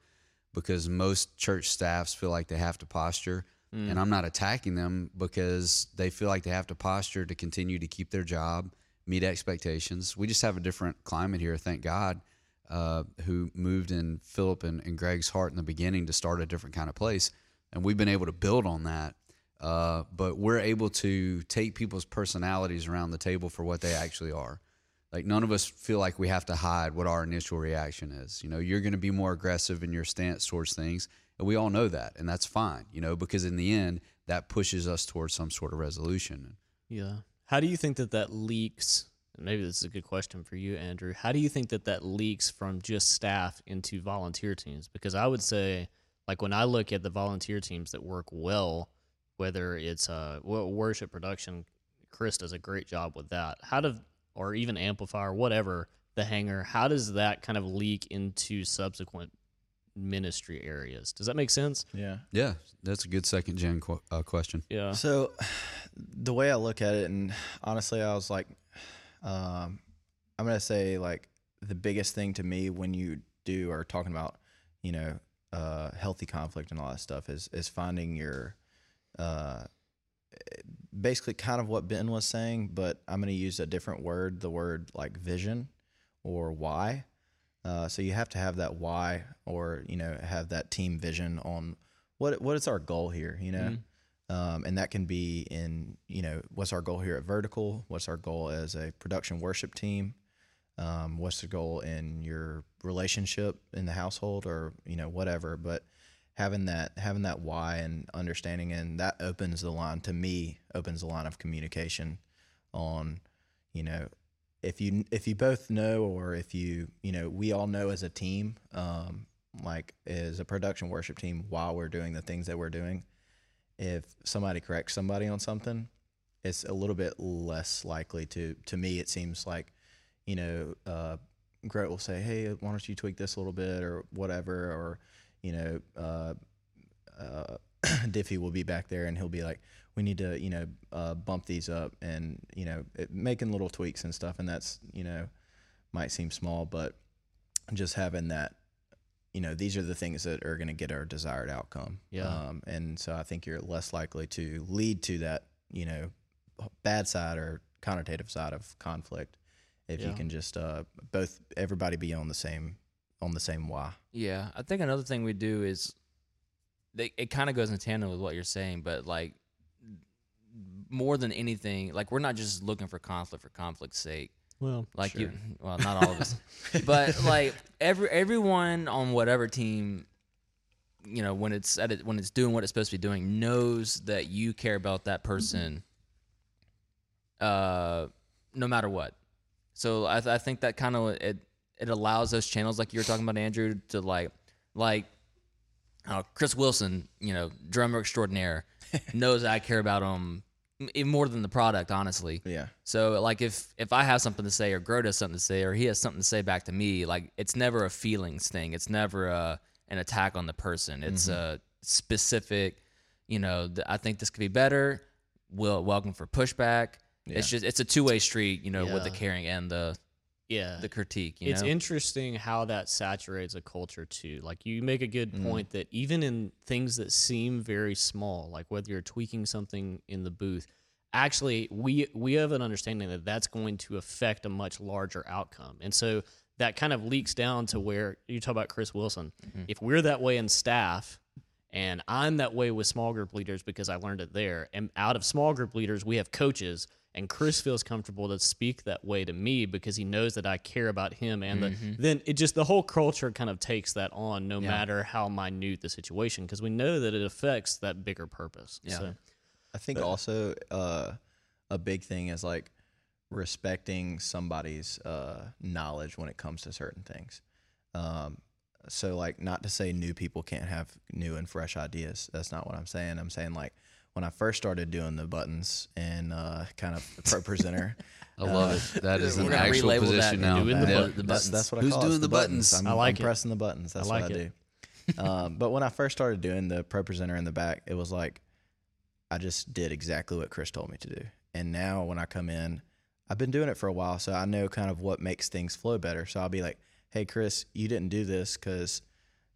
because most church staffs feel like they have to posture. And I'm not attacking them because they feel like they have to posture to continue to keep their job, meet expectations. We just have a different climate here, thank God, uh, who moved in Philip and, and Greg's heart in the beginning to start a different kind of place. And we've been able to build on that. Uh, but we're able to take people's personalities around the table for what they actually are. Like none of us feel like we have to hide what our initial reaction is. You know, you're going to be more aggressive in your stance towards things, and we all know that, and that's fine. You know, because in the end, that pushes us towards some sort of resolution.
Yeah. How do you think that that leaks? and Maybe this is a good question for you, Andrew. How do you think that that leaks from just staff into volunteer teams? Because I would say, like when I look at the volunteer teams that work well, whether it's uh wo- worship production, Chris does a great job with that. How do or even amplifier, whatever the hanger. How does that kind of leak into subsequent ministry areas? Does that make sense?
Yeah.
Yeah, that's a good second gen qu- uh, question.
Yeah.
So, the way I look at it, and honestly, I was like, um, I'm gonna say like the biggest thing to me when you do are talking about, you know, uh, healthy conflict and all that stuff is is finding your, uh, basically kind of what Ben was saying, but I'm gonna use a different word, the word like vision or why. Uh, so you have to have that why, or you know, have that team vision on what what is our goal here, you know. Um, and that can be in, you know, what's our goal here at Vertical? What's our goal as a production worship team? Um, what's the goal in your relationship in the household or, you know, whatever. But having that, having that why and understanding, and that opens the line to me, opens the line of communication on, you know, if you, if you both know, or if you, you know, we all know as a team, um, like as a production worship team, while we're doing the things that we're doing, if somebody corrects somebody on something, it's a little bit less likely to. To me, it seems like, you know, uh, Gret will say, "Hey, why don't you tweak this a little bit or whatever," or you know, uh, uh, Diffie will be back there and he'll be like, "We need to, you know, uh, bump these up," and you know, it, making little tweaks and stuff. And that's you know, might seem small, but just having that you know, these are the things that are going to get our desired outcome.
Yeah.
Um, and so I think you're less likely to lead to that, you know, bad side or connotative side of conflict if you
Yeah.
can just uh, both everybody be on the same on the same why.
Yeah, I think another thing we do is they, it kind of goes in tandem with what you're saying, but like more than anything, like we're not just looking for conflict for conflict's sake.
Well,
Like you, well, not all of us, but like every everyone on whatever team, you know, when it's at it, when it's doing what it's supposed to be doing, knows that you care about that person, uh, no matter what. So I, th- I think that kind of it it allows those channels like you were talking about Andrew to like like uh, Chris Wilson, you know, drummer extraordinaire, knows I care about him m- even more than the product, honestly.
Yeah.
So like if if I have something to say or Gro does something to say or he has something to say back to me, like it's never a feelings thing. It's never a, an attack on the person. It's
Mm-hmm.
a specific, you know, th- I think this could be better. Will welcome for pushback. It's just it's a two way street, you know, with the
Yeah.
caring and the
yeah.
the critique. You
it's
know?
interesting how that saturates a culture too. Like you make a good
Mm.
point that even in things that seem very small, like whether you're tweaking something in the booth, actually we we have an understanding that that's going to affect a much larger outcome. And so that kind of leaks down to where you talk about Chris Wilson. If we're that way in staff, and I'm that way with small group leaders because I learned it there. And out of small group leaders, we have coaches. And Chris feels comfortable to speak that way to me because he knows that I care about him. And the, then it just, the whole culture kind of takes that on no matter how minute the situation, because we know that it affects that bigger purpose. Yeah. So,
I think also uh, a big thing is like respecting somebody's uh, knowledge when it comes to certain things. Um, so like not to say new people can't have new and fresh ideas. That's not what I'm saying. I'm saying like when I first started doing the buttons and uh, kind of pro presenter,
I love it. That is
We're
an
gonna
actual
relabel that
position
and
now.
do it in
Yeah.
bu- the
that's,
buttons.
that's what I
Who's
call it.
doing
It's
the buttons?
I'm,
I like
I'm
it.
pressing the buttons. That's
I like
what I
it.
do. um, but when I first started doing the pro presenter in the back, it was like I just did exactly what Chris told me to do. And now when I come in, I've been doing it for a while, so I know kind of what makes things flow better. So I'll be like, "Hey, Chris, you didn't do this because."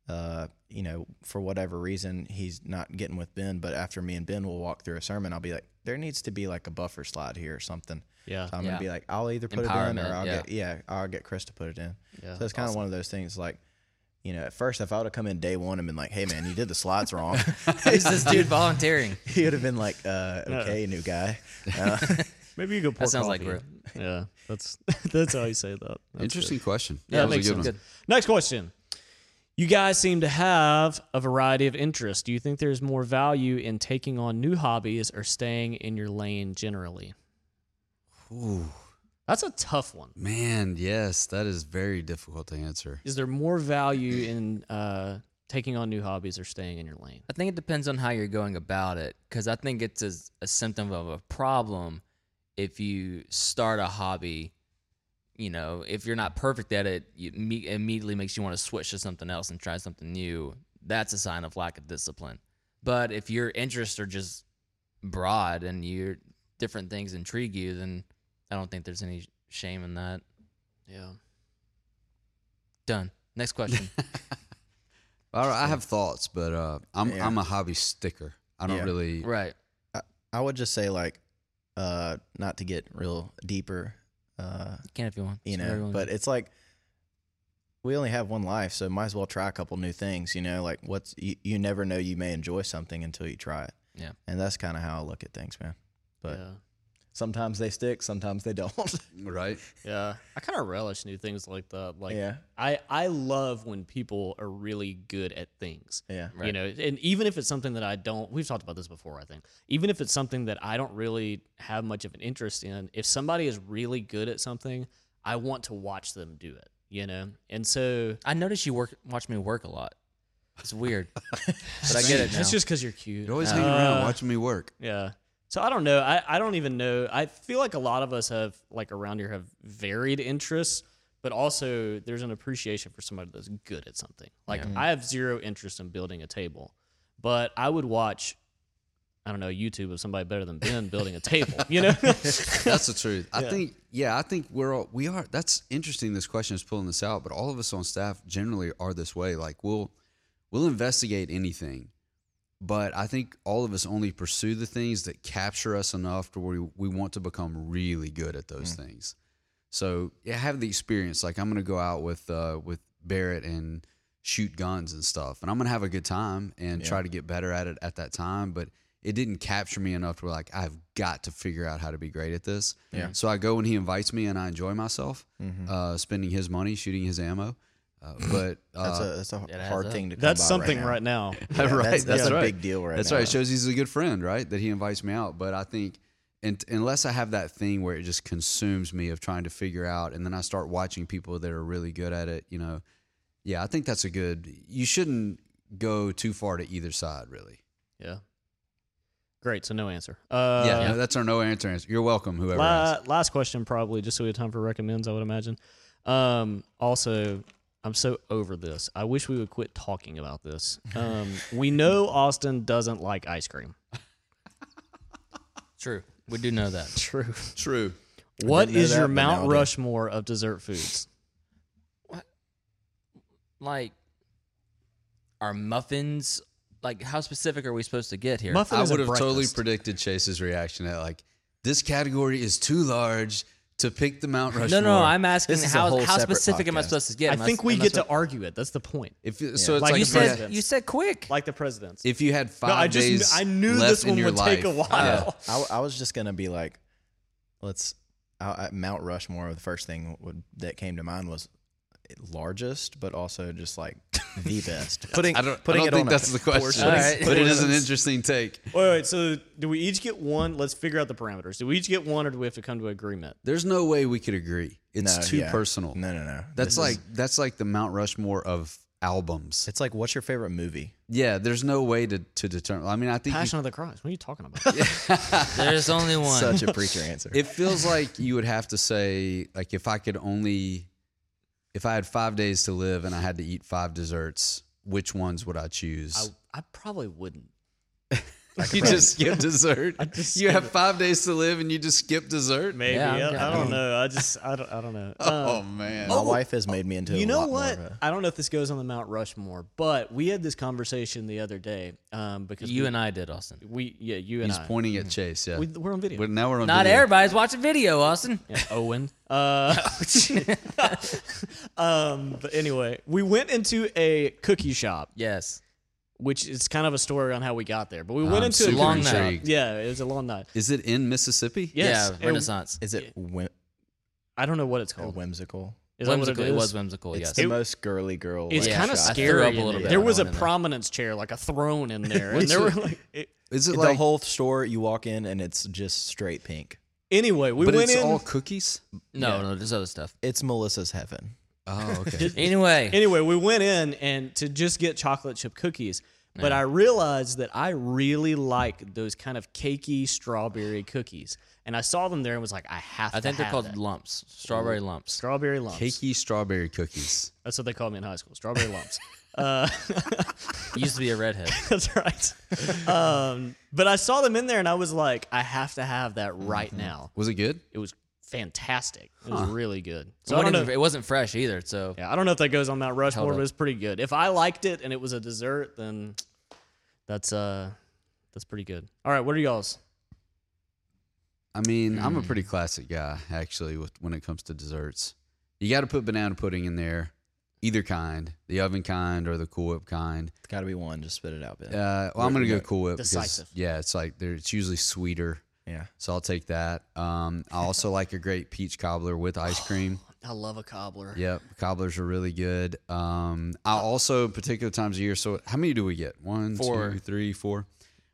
Uh, you know, for whatever reason, he's not getting with Ben. But after me and Ben will walk through a sermon, I'll be like, there needs to be like a buffer slide here or something.
Yeah.
So I'm
Yeah.
gonna be like, I'll either put it in
Empowerment,
or I'll
yeah.
get yeah, I'll get Chris to put it in.
Yeah.
So it's kind of one of those things like, you know, at first if I would have come in day one and been like, hey man, you did the slides wrong,
Is this dude volunteering?
he would have been like, uh, okay, new guy. Uh,
Maybe you go. Pour
That sounds like
coffee.
real.
Yeah, that's that's how you say that. That's good.
Interesting question.
Yeah,
that was a good one.
Next question. You guys seem to have a variety of interests. Do you think there's more value in taking on new hobbies or staying in your lane generally?
Ooh,
That's a tough one.
man, yes, that is very difficult to answer.
Is there more value in uh, taking on new hobbies or staying in your lane?
I think it depends on how you're going about it because I think it's a, a symptom of a problem if you start a hobby. You know, if you're not perfect at it, you me- immediately makes you want to switch to something else and try something new. That's a sign of lack of discipline. But if your interests are just broad and your different things intrigue you, then I don't think there's any shame in that.
Yeah.
Done. Next question.
All right, I have thoughts, but uh, I'm
Yeah.
I'm a hobby sticker. I don't
Yeah.
really.
right.
I would just say like, uh, not to get real deeper, uh,
You can if you want.
you
It's
know,
whatever you want.
but it's like we only have one life, so might as well try a couple new things. You know, like what's you, you never know you may enjoy something until you try it.
Yeah.
and that's kind of how I look at things, man. But-
yeah.
Sometimes they stick, sometimes they don't.
Right.
Yeah. I kind of relish new things like that. Like
yeah,
I I love when people are really good at things.
yeah,
you know and even if it's something that i don't we've talked about this before i think even if it's something that i don't really have much of an interest in if somebody is really good at something i want to watch them do it you know and so
I noticed you work watch me work a lot. It's weird, but I get it now.
that's just because you're cute
You're always hanging around
Uh,
watching me work.
yeah so i don't know I, I don't even know i feel like a lot of us have like around here have varied interests but also there's an appreciation for somebody that's good at something like i have zero interest in building a table but i would watch i don't know youtube of somebody better than ben building a table you know
That's the truth. I think, yeah, I think we're all, we are. That's interesting. This question is pulling this out, but all of us on staff generally are this way. Like we'll, we'll investigate anything, but I think all of us only pursue the things that capture us enough to where we, we want to become really good at those things. So yeah, have the experience. Like I'm going to go out with, uh, with Barrett and shoot guns and stuff, and I'm going to have a good time and try to get better at it at that time. But it didn't capture me enough to where like I've got to figure out how to be great at this. Yeah. So I go and he invites me, and I enjoy myself,
Mm-hmm.
uh, spending his money, shooting his ammo. Uh, but uh,
That's a that's a hard
up.
thing to. Come
that's
by
something
right. now.
right now,
Yeah,
right.
That's, that's
That's
a
right.
big deal right
that's
now.
right. It shows he's a good friend, right? That he invites me out. But I think, and unless I have that thing where it just consumes me of trying to figure out, and then I start watching people that are really good at it, you know, yeah, I think that's a good. You shouldn't go too far to either side, really.
yeah great so no answer uh,
yeah, no, that's our no answer. answer. You're welcome, whoever.
La-
asked.
last question, probably just so we have time for recommends. I would imagine. Um, also, I'm so over this. I wish we would quit talking about this. Um, we know Austin doesn't like ice cream.
true. We do know that.
True.
True.
What
know
is
that,
your
but now I
Mount
do.
Rushmore of dessert foods?
Like, are muffins like how specific are we supposed to get here?
Muffin
I
is a
would have totally
breakfast.
predicted Chase's reaction at like this category is too large to pick the Mount
no,
Rushmore.
no, I'm asking
This is a
how
whole
how
separate
specific am I
podcast.
supposed to get?
I
Am
think we
am
get to
supposed-
argue it. That's the point.
If you- so, it's
Like
like,
You
if, I
said
had-
presidents.
you said quick.
Like the president's.
if you had five
no, I just kn-
days,
I knew
left
this
in
one
your
would
life,
take a while.
Yeah.
I, w- I was just gonna be like, let's I, I, Mount Rushmore. The first thing would, that came to mind was largest, but also just like the best. Putting
I don't,
putting
I don't
it
think
on
that's
a,
the question,
All right.
but it is an interesting take.
Wait, wait. So do we each get one? Let's figure out the parameters. Do we each get one, or do we have to come to agreement?
There's no way we could agree. It's
No,
too
yeah.
personal.
No, no, no.
That's like that's like the Mount Rushmore of albums.
It's like, what's your favorite movie?
Yeah, there's no way to to determine. I mean, I think you
Passion of the Christ. What are you talking about?
There's only one.
Such a preacher answer.
It feels like you would have to say, like, if I could only, if I had five days to live and I had to eat five desserts, which ones would I choose?
I, I probably wouldn't.
you just skip dessert.
just
you have five days to live, and you just skip dessert.
Maybe
Yeah, I'm
I, I
good.
don't know. I just I don't I don't know.
Oh
Um,
man,
My wife has made me into.
you
a
know
lot more
what?
of a-
I don't know if this goes on the Mount Rushmore, but we had this conversation the other day um, because
You
we,
and I did, Austin.
we yeah you and
he's
I
pointing at Chase. Yeah,
we, we're on video.
But now we're on
Not
video.
everybody's watching video, Austin.
Yeah, Owen. Uh, um, but anyway, we went into a cookie shop,
Yes.
which is kind of a story on how we got there. But we
I'm
went into
super
a long
night.
intrigued.
Yeah, it was a long night.
Is it in Mississippi?
Yes,
Yeah,
and
Renaissance.
Is it whim-
I don't know what it's called.
whimsical?
Is that what
whimsical.
it
It,
is?
was whimsical,
It's
yes.
the
It-
most girly girl.
It's
like,
Yeah,
kind of
sure. I threw
scary.
up a
in
little
there.
bit
There
when I
was a
went in there.
prominence chair, like a throne in there, and
What's
there were
it-
like. It,
Is it
the
like?
whole store. You walk in and it's just straight pink.
anyway, we
but
went
it's
in.
all cookies.
no, no, there's other stuff.
It's Melissa's heaven.
Oh, okay.
Anyway,
anyway, we went in and to just get chocolate chip cookies. But I realized that I really like those kind of cakey strawberry cookies, and I saw them there and was like, I have.
I
to
think they're
have
called
that.
lumps, strawberry lumps.
strawberry lumps.
Cakey strawberry cookies.
That's what they called me in high school. Strawberry lumps. uh,
You used to be a redhead.
that's right. Um, but I saw them in there and I was like, I have to have that right
Mm-hmm.
now.
Was it good?
It was fantastic. It was really good. So
it,
I don't
wasn't
know.
even- it wasn't fresh either, so
Yeah, I don't know if that goes on Mount Rushmore,
Held
but
up.
it's pretty good. If I liked it and it was a dessert, then that's uh that's pretty good. All right, what are y'all's?
I mean, I'm a pretty classic guy actually with when it comes to desserts. You got to put banana pudding in there, either kind, the oven kind or the Cool Whip kind.
It's got to be one. Just spit it out, Ben.
Uh, well, I'm gonna go Cool Whip
Decisive.
because yeah, it's like there. It's usually sweeter,
Yeah.
so I'll take that. Um, I also like a great peach cobbler with ice cream.
I love a cobbler.
Yep, cobblers are really good. Um, I also particular times of year. So how many do we get? One,
Four.
two, three, four.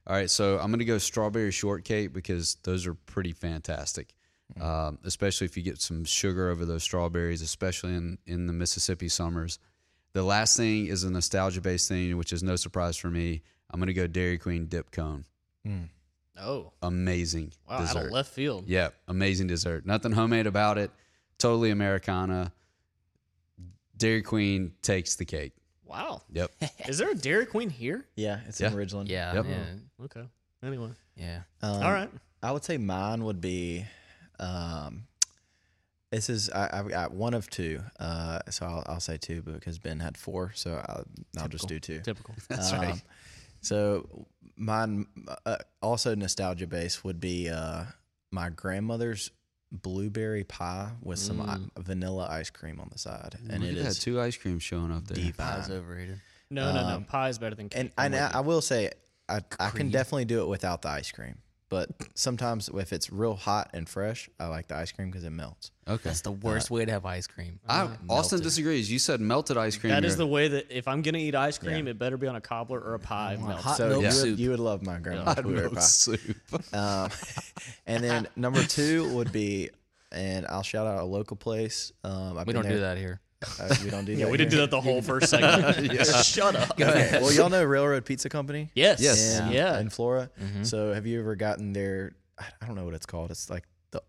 All right, so I'm gonna go strawberry shortcake because those are pretty fantastic, um, especially if you get some sugar over those strawberries, especially in in the Mississippi summers. The last thing is a nostalgia based thing, which is no surprise for me. I'm gonna go Dairy Queen dip cone.
Oh,
Amazing
wow, out
dessert.
of left field.
Yeah, amazing dessert. Nothing homemade about it. Totally Americana. Dairy Queen takes the cake.
Wow.
Yep.
Is there a Dairy Queen here?
Yeah, it's
Yeah.
in Ridgeland.
yeah,
Yep.
yeah,
Okay. Anyway.
yeah.
Um,
All right.
I would say mine would be, um, this is I, I've got one of two. Uh, so I'll, I'll say two because Ben had four, so I'll, I'll just do two.
Typical.
That's right. Um, So mine uh, also nostalgia based would be uh, my grandmother's blueberry pie with some i- vanilla ice cream on the side, and
Look
it
at that,
is
two ice creams showing up there.
Pie's
divine.
overrated.
No, no, no. Pie is better than cake.
And and
I'm
I,
with
I will say I, I can definitely do it without the ice cream, but sometimes if it's real hot and fresh, I like the ice cream because it melts.
Okay.
That's the worst way to have ice cream.
I, Austin
Melted.
disagrees. You said melted ice
you.
cream.
that is the
You're-
way that if I'm gonna eat ice cream, it better be on a cobbler or a pie. Melt.
Hot
so
milk
you,
soup.
Would, you would love my grandma's blueberry
milk
pie.
soup.
Um, and then number two would be, and I'll shout out a local place. Um, I've
We
been
don't do
there-
that here.
uh, we don't do that.
Yeah, we didn't do
here.
that the whole first segment. Shut up.
Okay, Well, y'all know Railroad Pizza Company.
Yes.
Yes.
In,
Yeah.
In Flora.
Mm-hmm.
So have you ever gotten their? I I don't know what it's called. It's like the.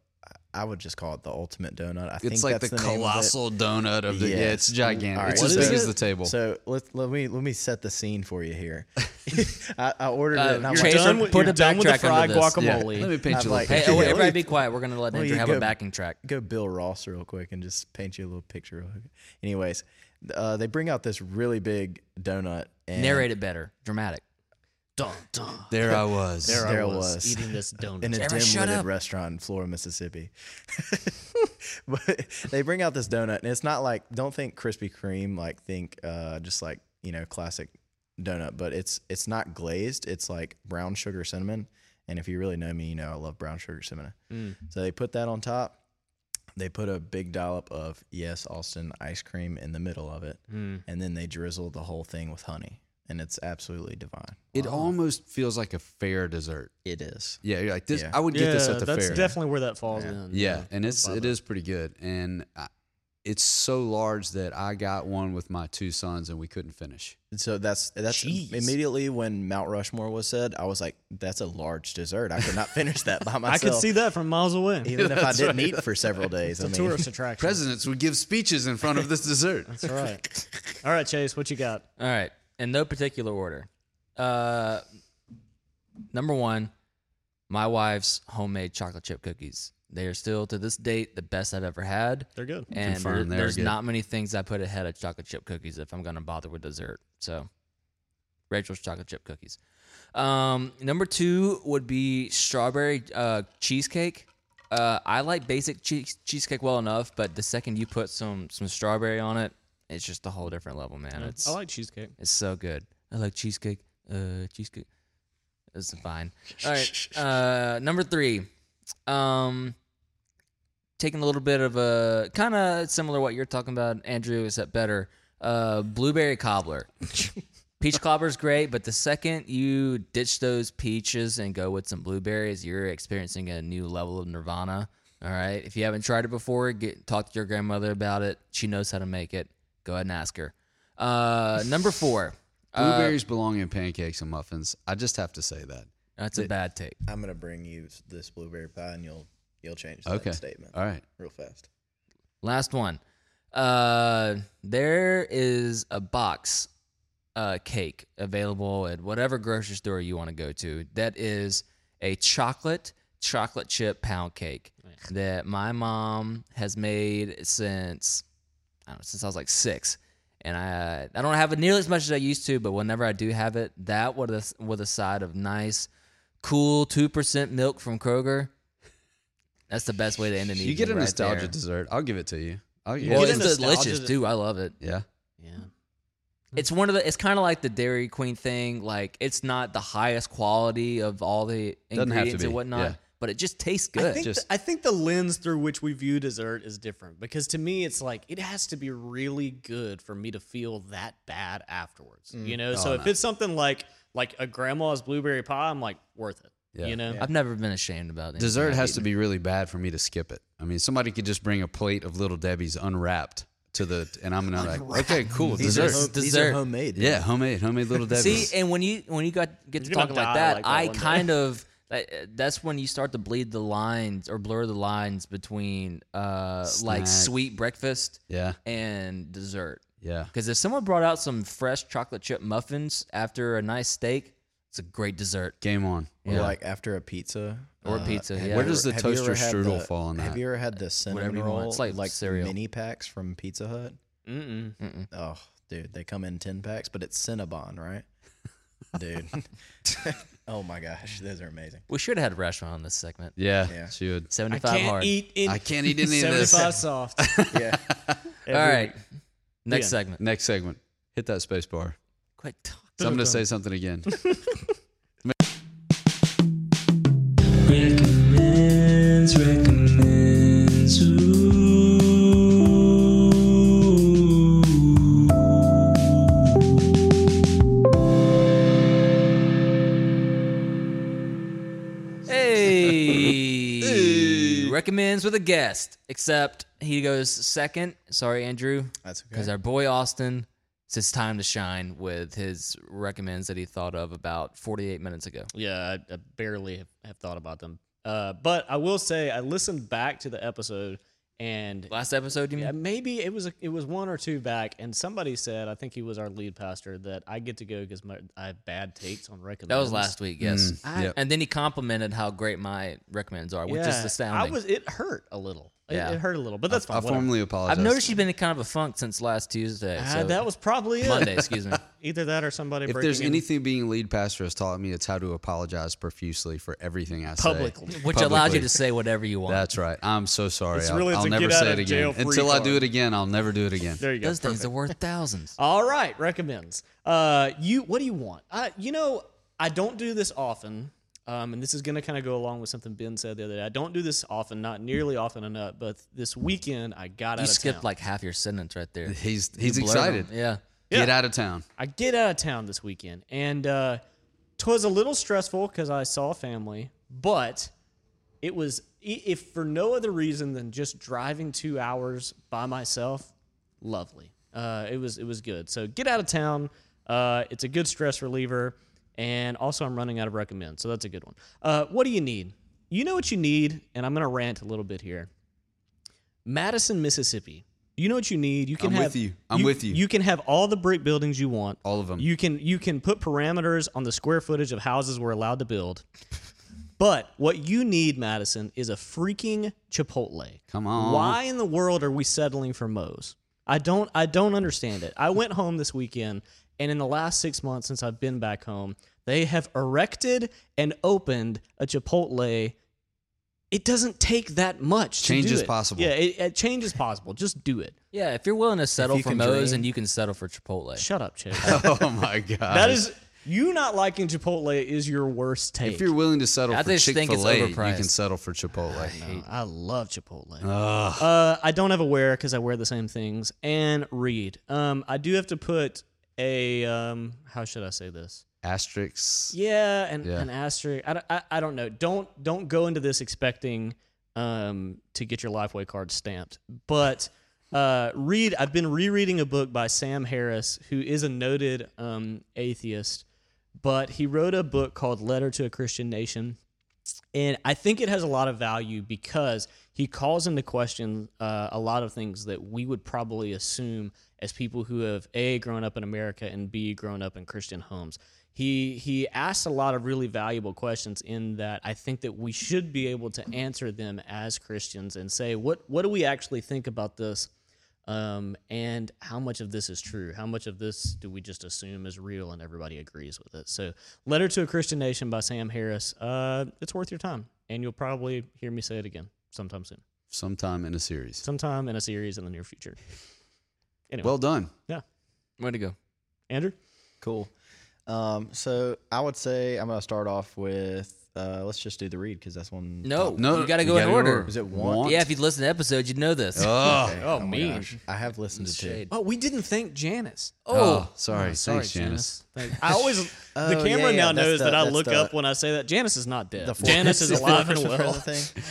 I would just call it the ultimate donut. I think
It's like the,
that's the, name of it.
colossal donut of the. Yeah,
Yes.
it's gigantic.
All right.
It's
What
as
is
big as
it?
the table.
So let, let me let me set the scene for you here. I, I ordered it. And I'm
Uh, you're
like,
Chaser,
done with,
put
you're
a
done with the
backtrack
fried
under this.
yeah.
guacamole.
Let me paint
I've
you a little
like-
Hey,
picture.
oh,
Yeah,
everybody
let me-
be quiet. We're going to let
Well,
Andrew
you
have
go-
a backing track.
go Bill Ross real quick and just paint you a little picture. Real quick. Anyways, uh, they bring out this really big donut. And
Narrate it better. Dramatic.
Dun, dun.
There I was.
There, I
There
was,
was.
eating this donut.
in a
Everyone shut
dim-witted
up.
restaurant in Flora, Mississippi. but they bring out this donut, and it's not like don't think Krispy Kreme, like think uh, just like you know classic donut, but it's it's not glazed. It's like brown sugar cinnamon, and if you really know me, you know I love brown sugar cinnamon. So they put that on top. They put a big dollop of yes Austin ice cream in the middle of it, and then they drizzle the whole thing with honey, and it's absolutely divine.
it almost feels like a fair dessert.
It is.
Yeah, you're like this.
Yeah.
I would get
yeah,
this at the
that's
fair.
definitely where that falls in.
Yeah, and it's
Love
it is pretty good, and I, it's so large that I got one with my two sons, and we couldn't finish.
So that's that's
Jeez.
immediately when Mount Rushmore was said. I was like, "That's a large dessert. I could not finish that by
I
myself."
could see that from miles away.
even if I didn't eat for several days. I
it's a
mean,
tourist attraction.
Presidents would give speeches in front of this dessert.
That's right. All right, Chase, what you got?
All right. in no particular order. Uh, number one, my wife's homemade chocolate chip cookies. They are still to this date the best I've ever had.
They're good.
And
Confirm
there-
they are
there's
good.
not many things I put ahead of chocolate chip cookies if I'm going to bother with dessert. So, Rachel's chocolate chip cookies. Um, number two would be strawberry uh, cheesecake. Uh, I like basic cheese cheesecake well enough, but the second you put some some strawberry on it, it's just a whole different level, man. It's
I like cheesecake.
it's so good. I like cheesecake. Uh, cheesecake. It's fine. All right. Uh, number three. Um, taking a little bit of a kind of similar to what you're talking about, Andrew, except better. Uh, blueberry cobbler. Peach cobbler's great, but the second you ditch those peaches and go with some blueberries, you're experiencing a new level of nirvana. All right. If you haven't tried it before, get talk to your grandmother about it. She knows how to make it. Go ahead and ask her. Uh, number four. Uh,
Blueberries belong in pancakes and muffins. I just have to say that.
that's a bad take.
I'm gonna bring you this blueberry pie, and you'll you'll change that
Okay.
statement
All right.
real fast.
Last one. Uh, there is a box uh, cake available at whatever grocery store you want to go to. That is a chocolate chocolate chip pound cake that my mom has made since I don't know, since I was like six. And I I don't have it nearly as much as I used to, but whenever I do have it, that with a, with a side of nice, cool two percent milk from Kroger. That's the best way to end an evening.
You get a
right
nostalgia
there.
dessert. I'll give it to you. I'll give
Well,
it.
get
it's
a Mm-hmm. nostalgia
delicious
that-
too. I love it.
Yeah.
Yeah.
It's one of the. It's kind of like the Dairy Queen thing. Like it's not the highest quality of all the
Doesn't have to
ingredients
be,
and whatnot,
yeah.
but it just tastes
I
good.
think,
Just-
the, I think the lens through which we view dessert is different because to me it's like it has to be really good for me to feel that bad afterwards.
Mm.
You
Oh,
know, so if it's something like like a grandma's blueberry pie, I'm like worth it.
Yeah.
You know,
I've never been ashamed about it.
Dessert has to be really bad for me to skip it. I mean, somebody could just bring a plate of Little Debbie's unwrapped to the, and I'm gonna like, okay, cool,
These are,
dessert.
home, these are
Dessert.
homemade.
yeah, homemade, homemade Little
See,
Debbie's.
and when you when you got get to
You're gonna
talking like
die
that,
like that
I
one day.
kind of I- that's when you start to bleed the lines or blur the lines between uh like
Snack.
sweet breakfast
yeah,
and dessert.
yeah.
Because if someone brought out some fresh chocolate chip muffins after a nice steak, it's a great dessert.
Game on.
Or
Yeah.
like after a pizza uh,
Or pizza,
have
yeah.
you
Where
does the
have you
toaster
had
strudel
the-
fall in
Have
that?
you ever had the cinnamon
you want.
roll?
It's like
like
cereal.
mini packs from Pizza Hut.
Mm-mm.
Mm-mm.
Oh, dude, they come in ten packs, but it's Cinnabon, right? Dude. oh my gosh, those are amazing.
We should have had a restaurant on this segment.
Yeah,
Yeah.
she would.
75 hard.
eat in
I can't eat any of this.
75 soft.
Yeah.
All right. Next
end.
segment.
Next segment. Hit that space bar.
Quick talk.
So I'm gonna say something again.
Hey. Recommends with a guest, except he goes second. Sorry, Andrew.
That's okay.
Because our boy Austin, it's his time to shine with his recommends that he thought of about 48 minutes ago.
Yeah, I, I barely have, have thought about them. Uh, but I will say I listened back to the episode and
Last episode, you mean?
Yeah, maybe it was a, it was one or two back, and somebody said I think he was our lead pastor that I get to go because my I have bad takes on recommends.
That was last week, yes.
Mm, I- yep.
And then he complimented how great my recommends are, which is astounding.
I was it hurt a little. It,
Yeah.
it hurt a little, but that's fine.
I
whatever.
formally apologize.
I've noticed you've been in kind of a funk since last Tuesday.
Ah,
so
that was probably it.
Monday, excuse me.
Either that or somebody.
If
breaking
there's
in
anything being lead pastor has taught me, it's how to apologize profusely for everything I say.
publicly,
Which allows you
Publicly.
to say whatever you want.
That's right. I'm so sorry.
It's
I'll,
really- it's
I'll
a
never
get out
say it
of
again.
jail free
Until I do
card.
it again, I'll never do it again.
there you go.
Those things are worth thousands.
All right, recommends. Uh, you what do you want? I, you know, I don't do this often, um, and this is going to kind of go along with something Ben said the other day. I don't do this often, not nearly often enough, but this weekend I got out
You
of
skipped
town.
like half your sentence right there.
He's he's
Blurred 'em.
excited.
Yeah.
Get out of town.
I get out of town this weekend, and uh, twas a little stressful because I saw family, but it was i- if for no other reason than just driving two hours by myself, lovely. Uh, it was it was good. So get out of town. Uh, it's a good stress reliever, and also I'm running out of recommend, so that's a good one. Uh, what do you need? You know what you need, and I'm gonna rant a little bit here. Madison, Mississippi You know what you need. You can
I'm
have
with you. I'm with you.
You can have all the brick buildings you want.
All of them.
You can you can put parameters on the square footage of houses we're allowed to build. But what you need, Madison, is a freaking Chipotle.
Come on.
Why in the world are we settling for Moe's? I don't I don't understand it. I went home this weekend and in the last 6 months since I've been back home, they have erected and opened a Chipotle. It doesn't take that much. to
Change
do
is
it.
possible.
Yeah, it, it- change is possible. Just do it.
Yeah, if you're willing to settle
you
for
can
Moe's
dream.
and you can settle for Chipotle.
Shut up, Chase.
oh my god.
That is you not liking Chipotle is your worst take.
If you're willing to settle
I
for
just
Chick
think it's
Fil A, you
overpriced.
can settle for Chipotle.
No, Mm, I love Chipotle.
Ugh.
Uh, I don't have a wear because I wear the same things and read. Um, I do have to put a um, how should I say this?
Asterisks.
Yeah, and
Yeah.
an asterisk. I, don't- I, I don't know. Don't don't go into this expecting um, to get your Lifeway card stamped. But uh, read. I've been rereading a book by Sam Harris, who is a noted um, atheist, but he wrote a book called "Letter to a Christian Nation." And I think it has a lot of value because he calls into question uh, a lot of things that we would probably assume as people who have a grown up in America and b grown up in Christian homes. He he asks a lot of really valuable questions in that I think that we should be able to answer them as Christians and say what what do we actually think about this um, and how much of this is true? How much of this do we just assume is real and everybody agrees with it? So, Letter to a Christian Nation by Sam Harris. Uh, it's worth your time, and you'll probably hear me say it again sometime soon,
Sometime in a series.
sometime in a series in the near future. Anyway,
Well done.
Way to go.
Andrew,
Cool. Um, so I would say I'm gonna start off with uh, let's just do the read because that's one.
No,
No,
you got to go in order.
Is it want?
Yeah, if you'd listen to episodes, you'd know this.
Oh,
Okay,
Oh,
my
mean.
gosh. I have listened to two.
Shade.
oh, we didn't thank Janice.
Oh, sorry. Thanks, Janice.
Thank- I always the
Oh,
camera
yeah,
now
yeah, that's
knows
the-
that I
that's
look
the-
up when I say that Janice is not dead.
The four-
Janice is
the four
alive and
Christmas
well.
present Thing.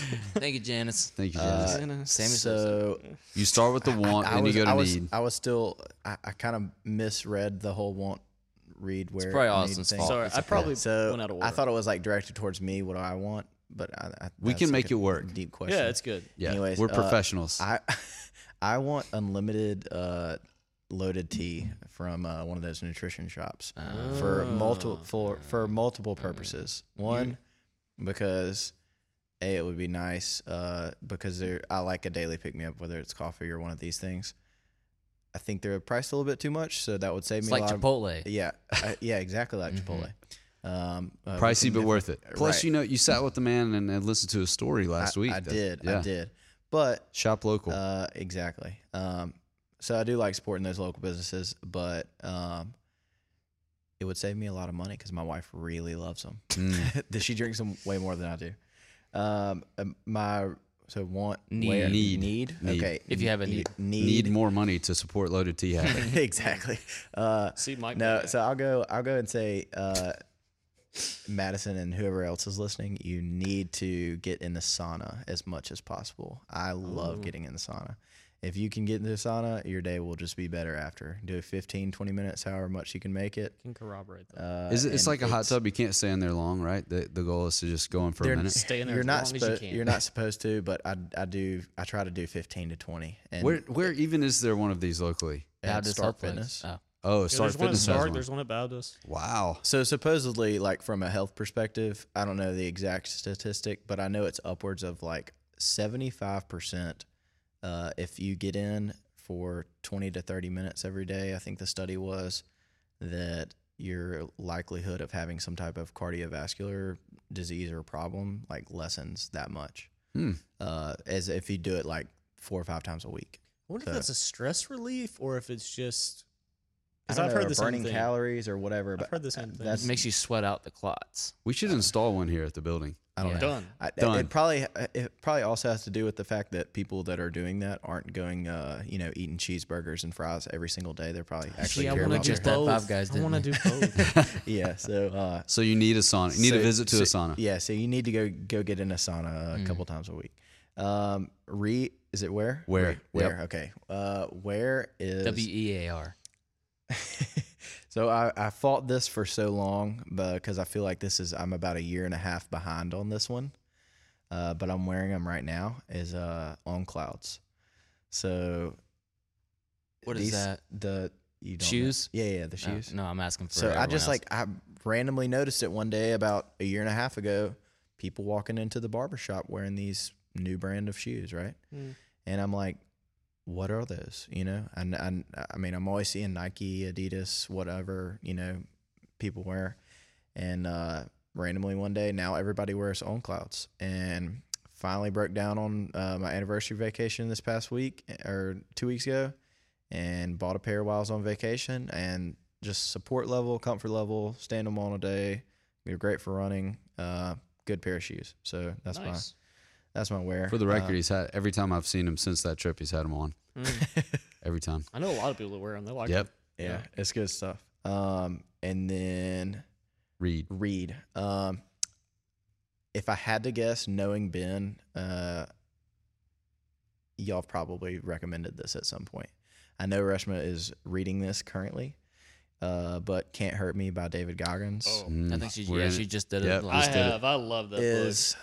Thank you, Janice.
Thank you, Janice.
Same as
So
you start with the Mm. want,
Uh, I
then
was,
you go
I
to
was, uh,
need.
I was still, I, I kind of misread the whole want read where
probably
I need
Austin's
things.
fault.
Sorry, I probably
So
went out of order.
I thought it was like directed towards me. What do I want? But I, I,
We
that's
can
like
make
a
it work.
Deep question.
yeah, it's good.
Yeah,
anyways,
we're
uh,
professionals.
I I want unlimited uh, loaded tea from uh, one of those nutrition shops for
Oh.
multiple for for multiple
Mm.
purposes. One because a it would be nice uh, because they're, I like a daily pick me up whether it's coffee or one of these things. I think they're priced a little bit too much, so that would save
It's
me
like
a lot.
Chipotle.
Of, yeah, I- yeah, exactly like Chipotle. Um, uh, we
Mm-hmm. Pricey
can
but
def-
worth it. Plus,
Right.
you know, you sat with the man and, and listened to his story last
I-
week.
I
That-
did,
yeah.
I did, but
Shop local.
Uh, exactly. Um, so I do like supporting those local businesses, but um, it would save me a lot of money because my wife really loves them.
Mm.
That she drinks them way more than I do. Um, um, my so want
Need.
where-
Need.
need
Need.
okay
If you have a
ne-
need.
need,
need more money to support loaded tea habit.
exactly. Uh,
See, Mike.
no, so I'll go. I'll go and say, uh, Madison and whoever else is listening, you need to get in the sauna as much as possible. I love getting in the sauna. If you can get in the sauna, your day will just be better after. Do 15, 20 minutes, however much you can make it.
can corroborate that.
Uh,
Is it, it's
and
like a hot
it's-
tub. You can't stay in there long, right? The, the goal is to just go in for a
They're-
minute.
Stay in there
You're
as
not
long as you
supposed.
can.
You're not supposed to, but I, I do. I try to do 15 to 20. And
Where where even is there one of these locally?
at
Baptist
Start
Health Place.
Fitness.
Oh.
Oh,
Yeah,
Start
there's one at
Fitness has
Stark,
one.
there's one at Baptist.
Wow.
So supposedly, like from a health perspective, I don't know the exact statistic, but I know it's upwards of like seventy five percent. uh, If you get in for twenty to thirty minutes every day, I think the study was that your likelihood of having some type of cardiovascular disease or problem like lessens that much,
Hmm.
uh, as if you do it like four or five times a week.
I wonder
So-
if that's a stress relief or if it's just.
I
Because
don't
I've
know,
heard
or
the
burning
same thing.
calories or whatever.
I've
but
heard the same thing.
That's,
Makes you sweat out the clots.
We
Uh,
should install one here at the building.
I don't
Yeah.
know.
Done.
I,
Done.
It probably uh, it probably also has to do with the fact that people that are doing that aren't going, uh, you know, eating cheeseburgers and fries every single day. They're probably actually
I
care
want
about
to do
just that
their-
both.
both.
Five Guys,
I
didn't
want to do both.
Yeah. So uh,
So you need a sauna. You need a
so-
visit to
so-
a sauna. Mm.
Yeah. So you need to go go get in a sauna a couple times a week. Um, re is it where
Where,
Re- where okay uh where is
W E A R.
so I, I fought this for so long because I feel like this is I'm about a year and a half behind on this one, uh, but I'm wearing them right now is uh, on clouds. So
What is
these-
that?
The you don't know.
Shoes? Oh.
Yeah, yeah, the
No,
shoes.
No, I'm asking for.
so I
everyone else.
just like I randomly noticed it one day about a year and a half ago. People walking into the barber shop wearing these new brand of shoes, right?
Mm.
And I'm like, what are those? You know, and and I mean, I'm always seeing Nike, Adidas, whatever you know, people wear. And uh, randomly one day, now everybody wears own clouds. And finally broke down on uh, my anniversary vacation this past week eh, or two weeks ago, and bought a pair while I was on vacation. And just support level, comfort level, stand them on a day. They're great for running. Uh, good pair of shoes. So that's my
nice.
that's my wear.
For the
Uh,
record, he's had every time I've seen him since that trip, he's had him on
Mm.
every time.
I know a lot of people that wear them. They like
Yep,
yeah,
Yeah.
it's good stuff. Um, and then
Reed.
Reed. Um, if I had to guess, knowing Ben, uh, y'all probably recommended this at some point. I know Reshma is reading this currently, uh, but "Can't Hurt Me" by David Goggins
Oh,
Mm,
I think she
we're
yeah
in
she
it.
just did it.
Yep.
I
Just
last-
did it.
have. I love that
is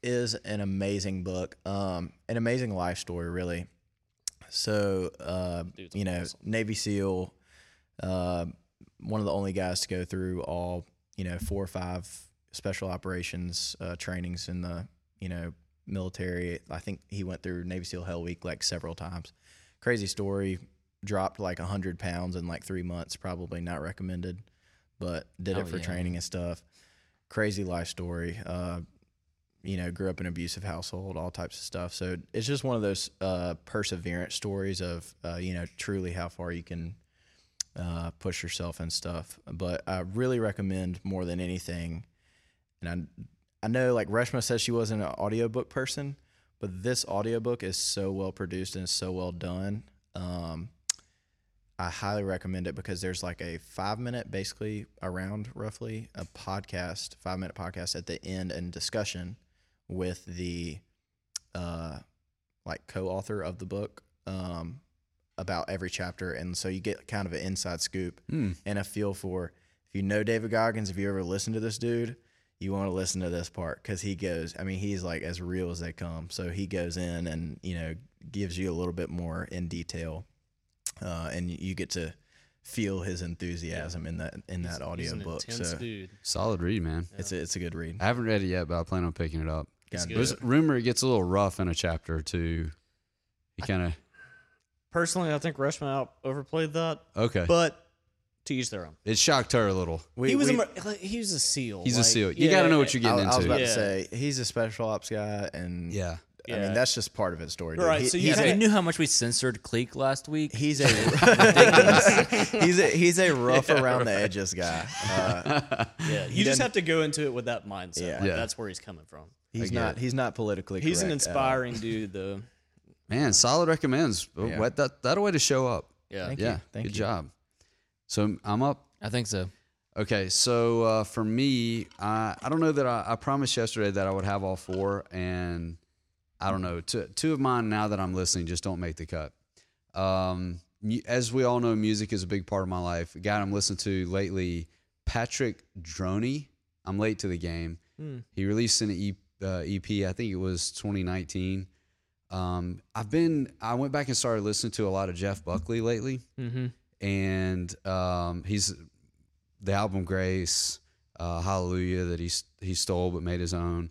is an amazing book, um, an amazing life story, really. So, uh,
Dude's
you know,
awesome.
Navy SEAL, uh, one of the only guys to go through all, you know, four or five special operations uh, trainings in the, you know, military. I think he went through Navy SEAL Hell Week like several times. Crazy story. Dropped like 100 pounds in like three months, probably not recommended, but did
Oh,
it for
yeah.
training and stuff. Crazy life story. Uh, you know, grew up in an abusive household, all types of stuff. So it's just one of those uh, perseverance stories of, uh, you know, truly how far you can uh, push yourself and stuff. But I really recommend more than anything. And I, I know like Reshma says she wasn't an audiobook person, but this audiobook is so well produced and so well done. Um, I highly recommend it because there's like a five minute, basically around roughly a podcast, five minute podcast at the end and discussion with the uh, like co-author of the book um, about every chapter, and so you get kind of an inside scoop
Hmm.
and a feel for if you know David Goggins, if you ever listen to this dude, you want to listen to this part because he goes. I mean, he's like as real as they come. So he goes in and you know gives you a little bit more in detail, uh, and you get to feel his enthusiasm in that in
book.
that
He's- he's
audio
an
book.
intense
So
dude.
Solid read, man.
it's a, it's a good read.
I haven't read it yet, but I plan on picking it up.
He's
God,
good.
There's rumor it gets a little rough in a chapter or two. He kind of
Personally, I think Rushman out overplayed that,
okay.
but to each their own.
it shocked her a little.
We-
he was
we-
a mer- he was a seal.
He's a
like,
seal. You got to know what you're
I,
getting
I was
into.
about
Yeah.
to say he's a special ops guy, and
yeah.
I
Yeah.
mean that's just part of his story. dude.
Right,
He-
so you
he's
yeah,
kinda-
you
a,
knew how much we censored Cleek last week.
he's a he's a he's a rough around the edges guy. Uh,
Yeah, you just have to go into it with that mindset.
Yeah.
Like,
Yeah.
That's where he's coming from.
he's
get
not he's not politically.
He's an
correct
uh,
at all.
inspiring dude, though.
Man, solid recommends.
Yeah.
What that that a way to show up.
Yeah.
Thank
yeah.
you. Thank
Good
you.
job. So I'm up
I think so.
Okay, so uh, for me, I, I don't know that I, I promised yesterday that I would have all four, and I don't know. Two, two of mine now that I'm listening just don't make the cut. Um, mu- as we all know, music is a big part of my life. A guy I'm listening to lately, Patrick Droney. I'm late to the game. He released an e, uh, EP, I think it was 2019. Um, I've been, I went back and started listening to a lot of Jeff Buckley lately,
Mm-hmm.
and um, he's the album Grace, uh, Hallelujah that he s- he stole but made his own.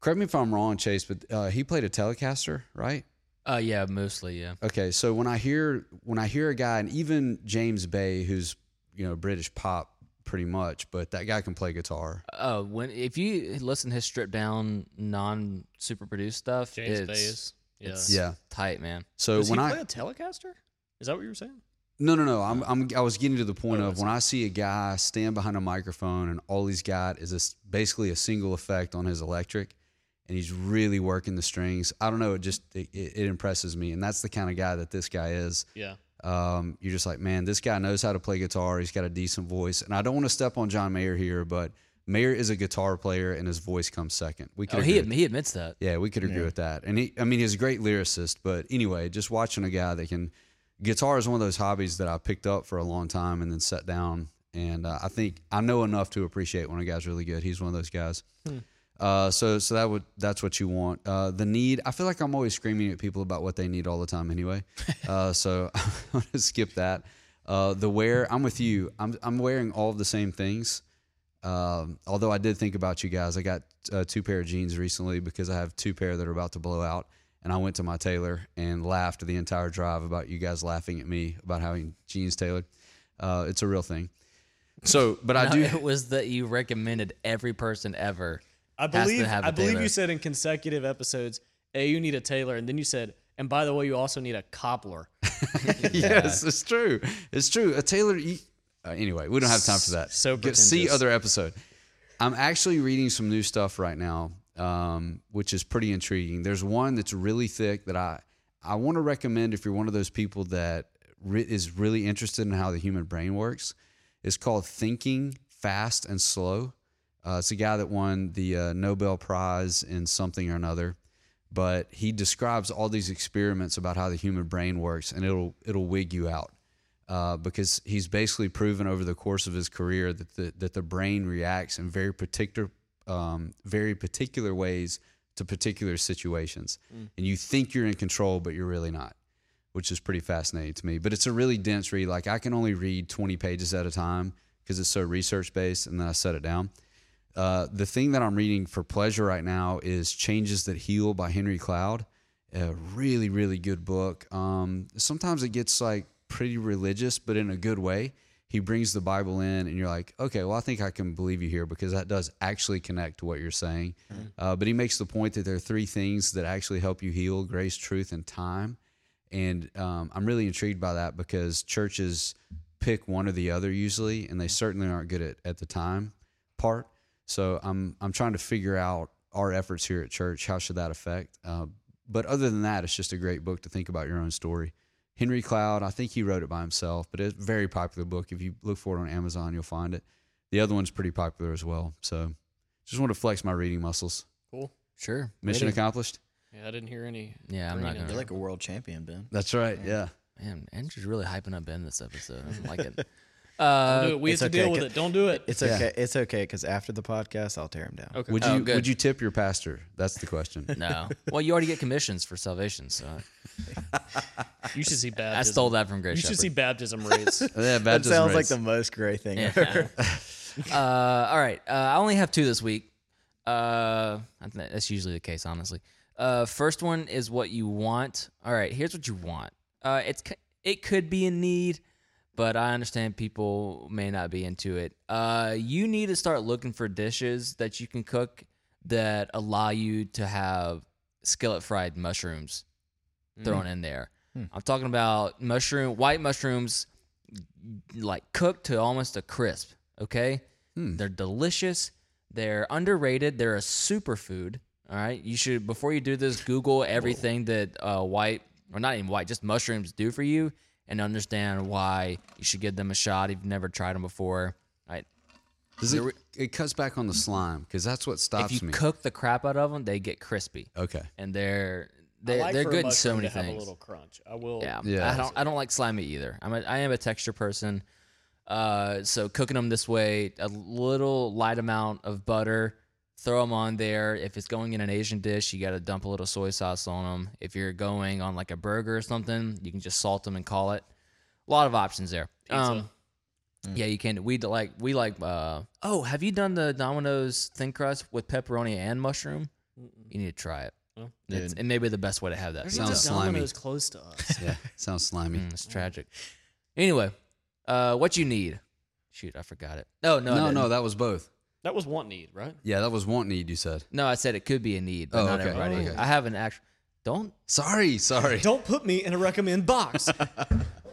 Correct me if I'm wrong, Chase, but uh, he played a Telecaster, right?
Uh, yeah, mostly. Yeah.
Okay, so when I hear when I hear a guy, and even James Bay, who's you know British pop pretty much, but that guy can play guitar.
Uh, when if you listen to his stripped down, non super produced stuff,
James
it's
Bayes. Yeah.
it's-
Yeah.
tight, man.
So
Does
when
he
I
play a Telecaster? Is that what you were saying?
No, no, no.
Oh.
I'm, I'm, I was getting to the point
Oh,
of when I see a guy stand behind a microphone and all he's got is this, basically a single effect on his electric, and he's really working the strings. I don't know. It just it, it it impresses me, and that's the kind of guy that this guy is.
Yeah.
Um, you're just like, man, this guy knows how to play guitar. He's got a decent voice, and I don't want to step on John Mayer here, but Mayer is a guitar player, and his voice comes second. We could
Oh,
agree
he
with
admi- he admits that.
yeah, we could agree with that. And he, I mean, he's a great lyricist, but anyway, just watching a guy that can, guitar is one of those hobbies that I picked up for a long time and then sat down. And uh, I think I know enough to appreciate when a guy's really good. He's one of those guys. Uh, so so that would that's what you want. Uh, the need. I feel like I'm always screaming at people about what they need all the time anyway. Uh, so I'm gonna skip that. Uh, the wear. I'm with you. I'm I'm wearing all of the same things. Um, although I did think about you guys, I got uh, two pair of jeans recently because I have two pair that are about to blow out, and I went to my tailor and laughed the entire drive about you guys laughing at me about having jeans tailored. Uh, it's a real thing. So, but I
No,
do.
It was that you recommended every person ever.
I
has to
believe
have a
I believe
tailor.
you said in consecutive episodes, hey, you need a tailor, and then you said, and by the way, you also need a cobbler.
yes, it's true. It's true. A tailor. You, uh, anyway, we don't have time for that.
So
Get- see
pretentious.
other episode. I'm actually reading some new stuff right now, um, which is pretty intriguing. There's one that's really thick that I I want to recommend if you're one of those people that re- is really interested in how the human brain works. It's called Thinking Fast and Slow. Uh, it's a guy that won the uh, Nobel Prize in something or another but he describes all these experiments about how the human brain works, and it'll it'll wig you out uh, because he's basically proven over the course of his career that the that the brain reacts in very particular um, very particular ways to particular situations, and you think you're in control, but you're really not, which is pretty fascinating to me. But it's a really dense read. Like I can only read 20 pages at a time because it's so research based, and then I set it down. Uh, the thing that I'm reading for pleasure right now is Changes That Heal by Henry Cloud. A really, really good book. Um, sometimes it gets like pretty religious, but in a good way. He brings the Bible in, and you're like, okay, well, I think I can believe you here because that does actually connect to what you're saying. Uh, but he makes the point that there are three things that actually help you heal grace, truth, and time. And um, I'm really intrigued by that because churches pick one or the other usually, and they certainly aren't good at, at the time part. So I'm I'm trying to figure out our efforts here at church. How should that affect? Uh, but other than that, it's just a great book to think about your own story. Henry Cloud, I think he wrote it by himself, but it's a very popular book. If you look for it on Amazon, you'll find it. The other one's pretty popular as well. So just want to flex my reading muscles.
Cool.
Sure.
Mission
Ready.
accomplished.
Yeah, I didn't hear any.
Yeah, I'm not
Bring it.
gonna.
You're like a world champion, Ben.
That's right. Yeah.
Man, Andrew's really hyping up Ben this episode. I don't like it.
Don't
Uh,
do it. We have
it's
to deal
okay,
with
'cause-
it. Don't do it.
It's okay. It's okay because after the podcast, I'll tear him down.
Okay.
Would
Oh,
you
good.
would you tip your pastor? That's the question.
no. Well, you already get commissions for salvation, so
you should see baptism.
I stole that from Grace.
You should see baptism rates.
yeah,
That
baptism
sounds like
rates.
the most gray thing ever.
Yeah. uh, all right. Uh, I only have two this week. Uh, I think that's usually the case, honestly. Uh, first one is what you want. All right, here's what you want. Uh, it's c- it could be a need, but I understand people may not be into it. Uh, you need to start looking for dishes that you can cook that allow you to have skillet fried mushrooms thrown in there. I'm talking about mushroom, white mushrooms, like cooked to almost a crisp. Okay,
Hmm.
they're delicious. They're underrated. They're a superfood. All right, you should before you do this, Google everything that uh, white or not even white, just mushrooms do for you, and understand why you should give them a shot if you've never tried them before. All right,
Does it, it cuts back on the slime because that's what stops
if you
me.
cook the crap out of them, they get crispy,
okay.
and they're
I
they,
like
they're
for a
good in so
mushroom
many
to have
things.
a little crunch. I will.
Yeah.
Yeah.
I don't I don't like slimy either. I'm a, I am a texture person. Uh, so cooking them this way, a little light amount of butter, throw them on there. If it's going in an Asian dish, you got to dump a little soy sauce on them. If you're going on like a burger or something, you can just salt them and call it. A lot of options there. Um,
Mm.
yeah, you can. We d- like we like. Uh, oh, have you done the Domino's thin crust with pepperoni and mushroom? You need to try it.
Well,
It's, it may be the best way to have that.
There's
pizza.
Sounds
Sounds
slimy.
Domino's close to us.
Yeah. Sounds slimy.
Mm, it's tragic. Anyway, uh, what you need? Shoot, I forgot it. No, no,
no,
no,
no, that was both.
that was one need, right?
Yeah, that was want need. You said.
no. I said it could be a need, but
Oh,
not
okay.
everybody.
Oh, okay.
I have an actual. Don't.
Sorry, sorry.
Don't put me in a recommend box.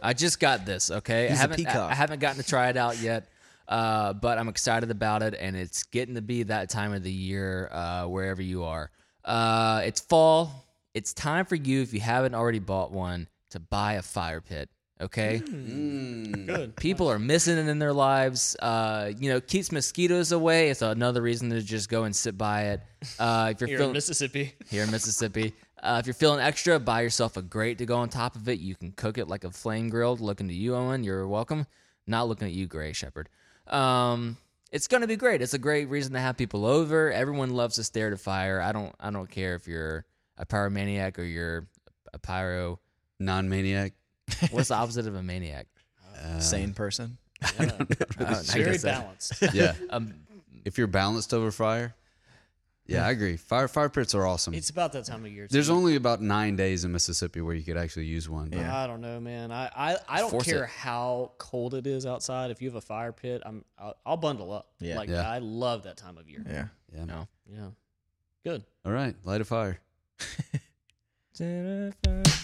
I just got this. Okay, I
He's a
haven't. I,
peacock.
I haven't gotten to try it out yet. Uh, but I'm excited about it, and it's getting to be that time of the year uh, wherever you are. Uh, it's fall. It's time for you, if you haven't already bought one, to buy a fire pit. Okay.
Good.
People are missing it in their lives. Uh, you know, keeps mosquitoes away. It's another reason to just go and sit by it. Uh, if you're
Here in
feeling
Mississippi.
here in Mississippi, uh, if you're feeling extra, buy yourself a grate to go on top of it. You can cook it like a flame grilled. Looking to you, Owen. You're welcome. Not looking at you, Gray Shepherd. Um, it's gonna be great. It's a great reason to have people over. Everyone loves to stare at a fire. I don't I don't care if you're a pyromaniac or you're a pyro.
Non maniac.
What's the opposite of a maniac?
Uh,
Sane person.
Uh, I
very
guess that-
balanced.
Yeah.
Um,
if you're balanced over fire, yeah, I agree. Fire fire pits are awesome.
it's about that time of year.
There's
too.
only about nine days in Mississippi where you could actually use one. but
I don't know, man. I I, I don't
Force
care
it.
how cold it is outside. If you have a fire pit, I'm I'll, I'll bundle up.
Yeah.
like
Yeah.
I love that time of year.
Yeah.
Yeah.
No.
Yeah, good.
All right, light a fire.
Jennifer.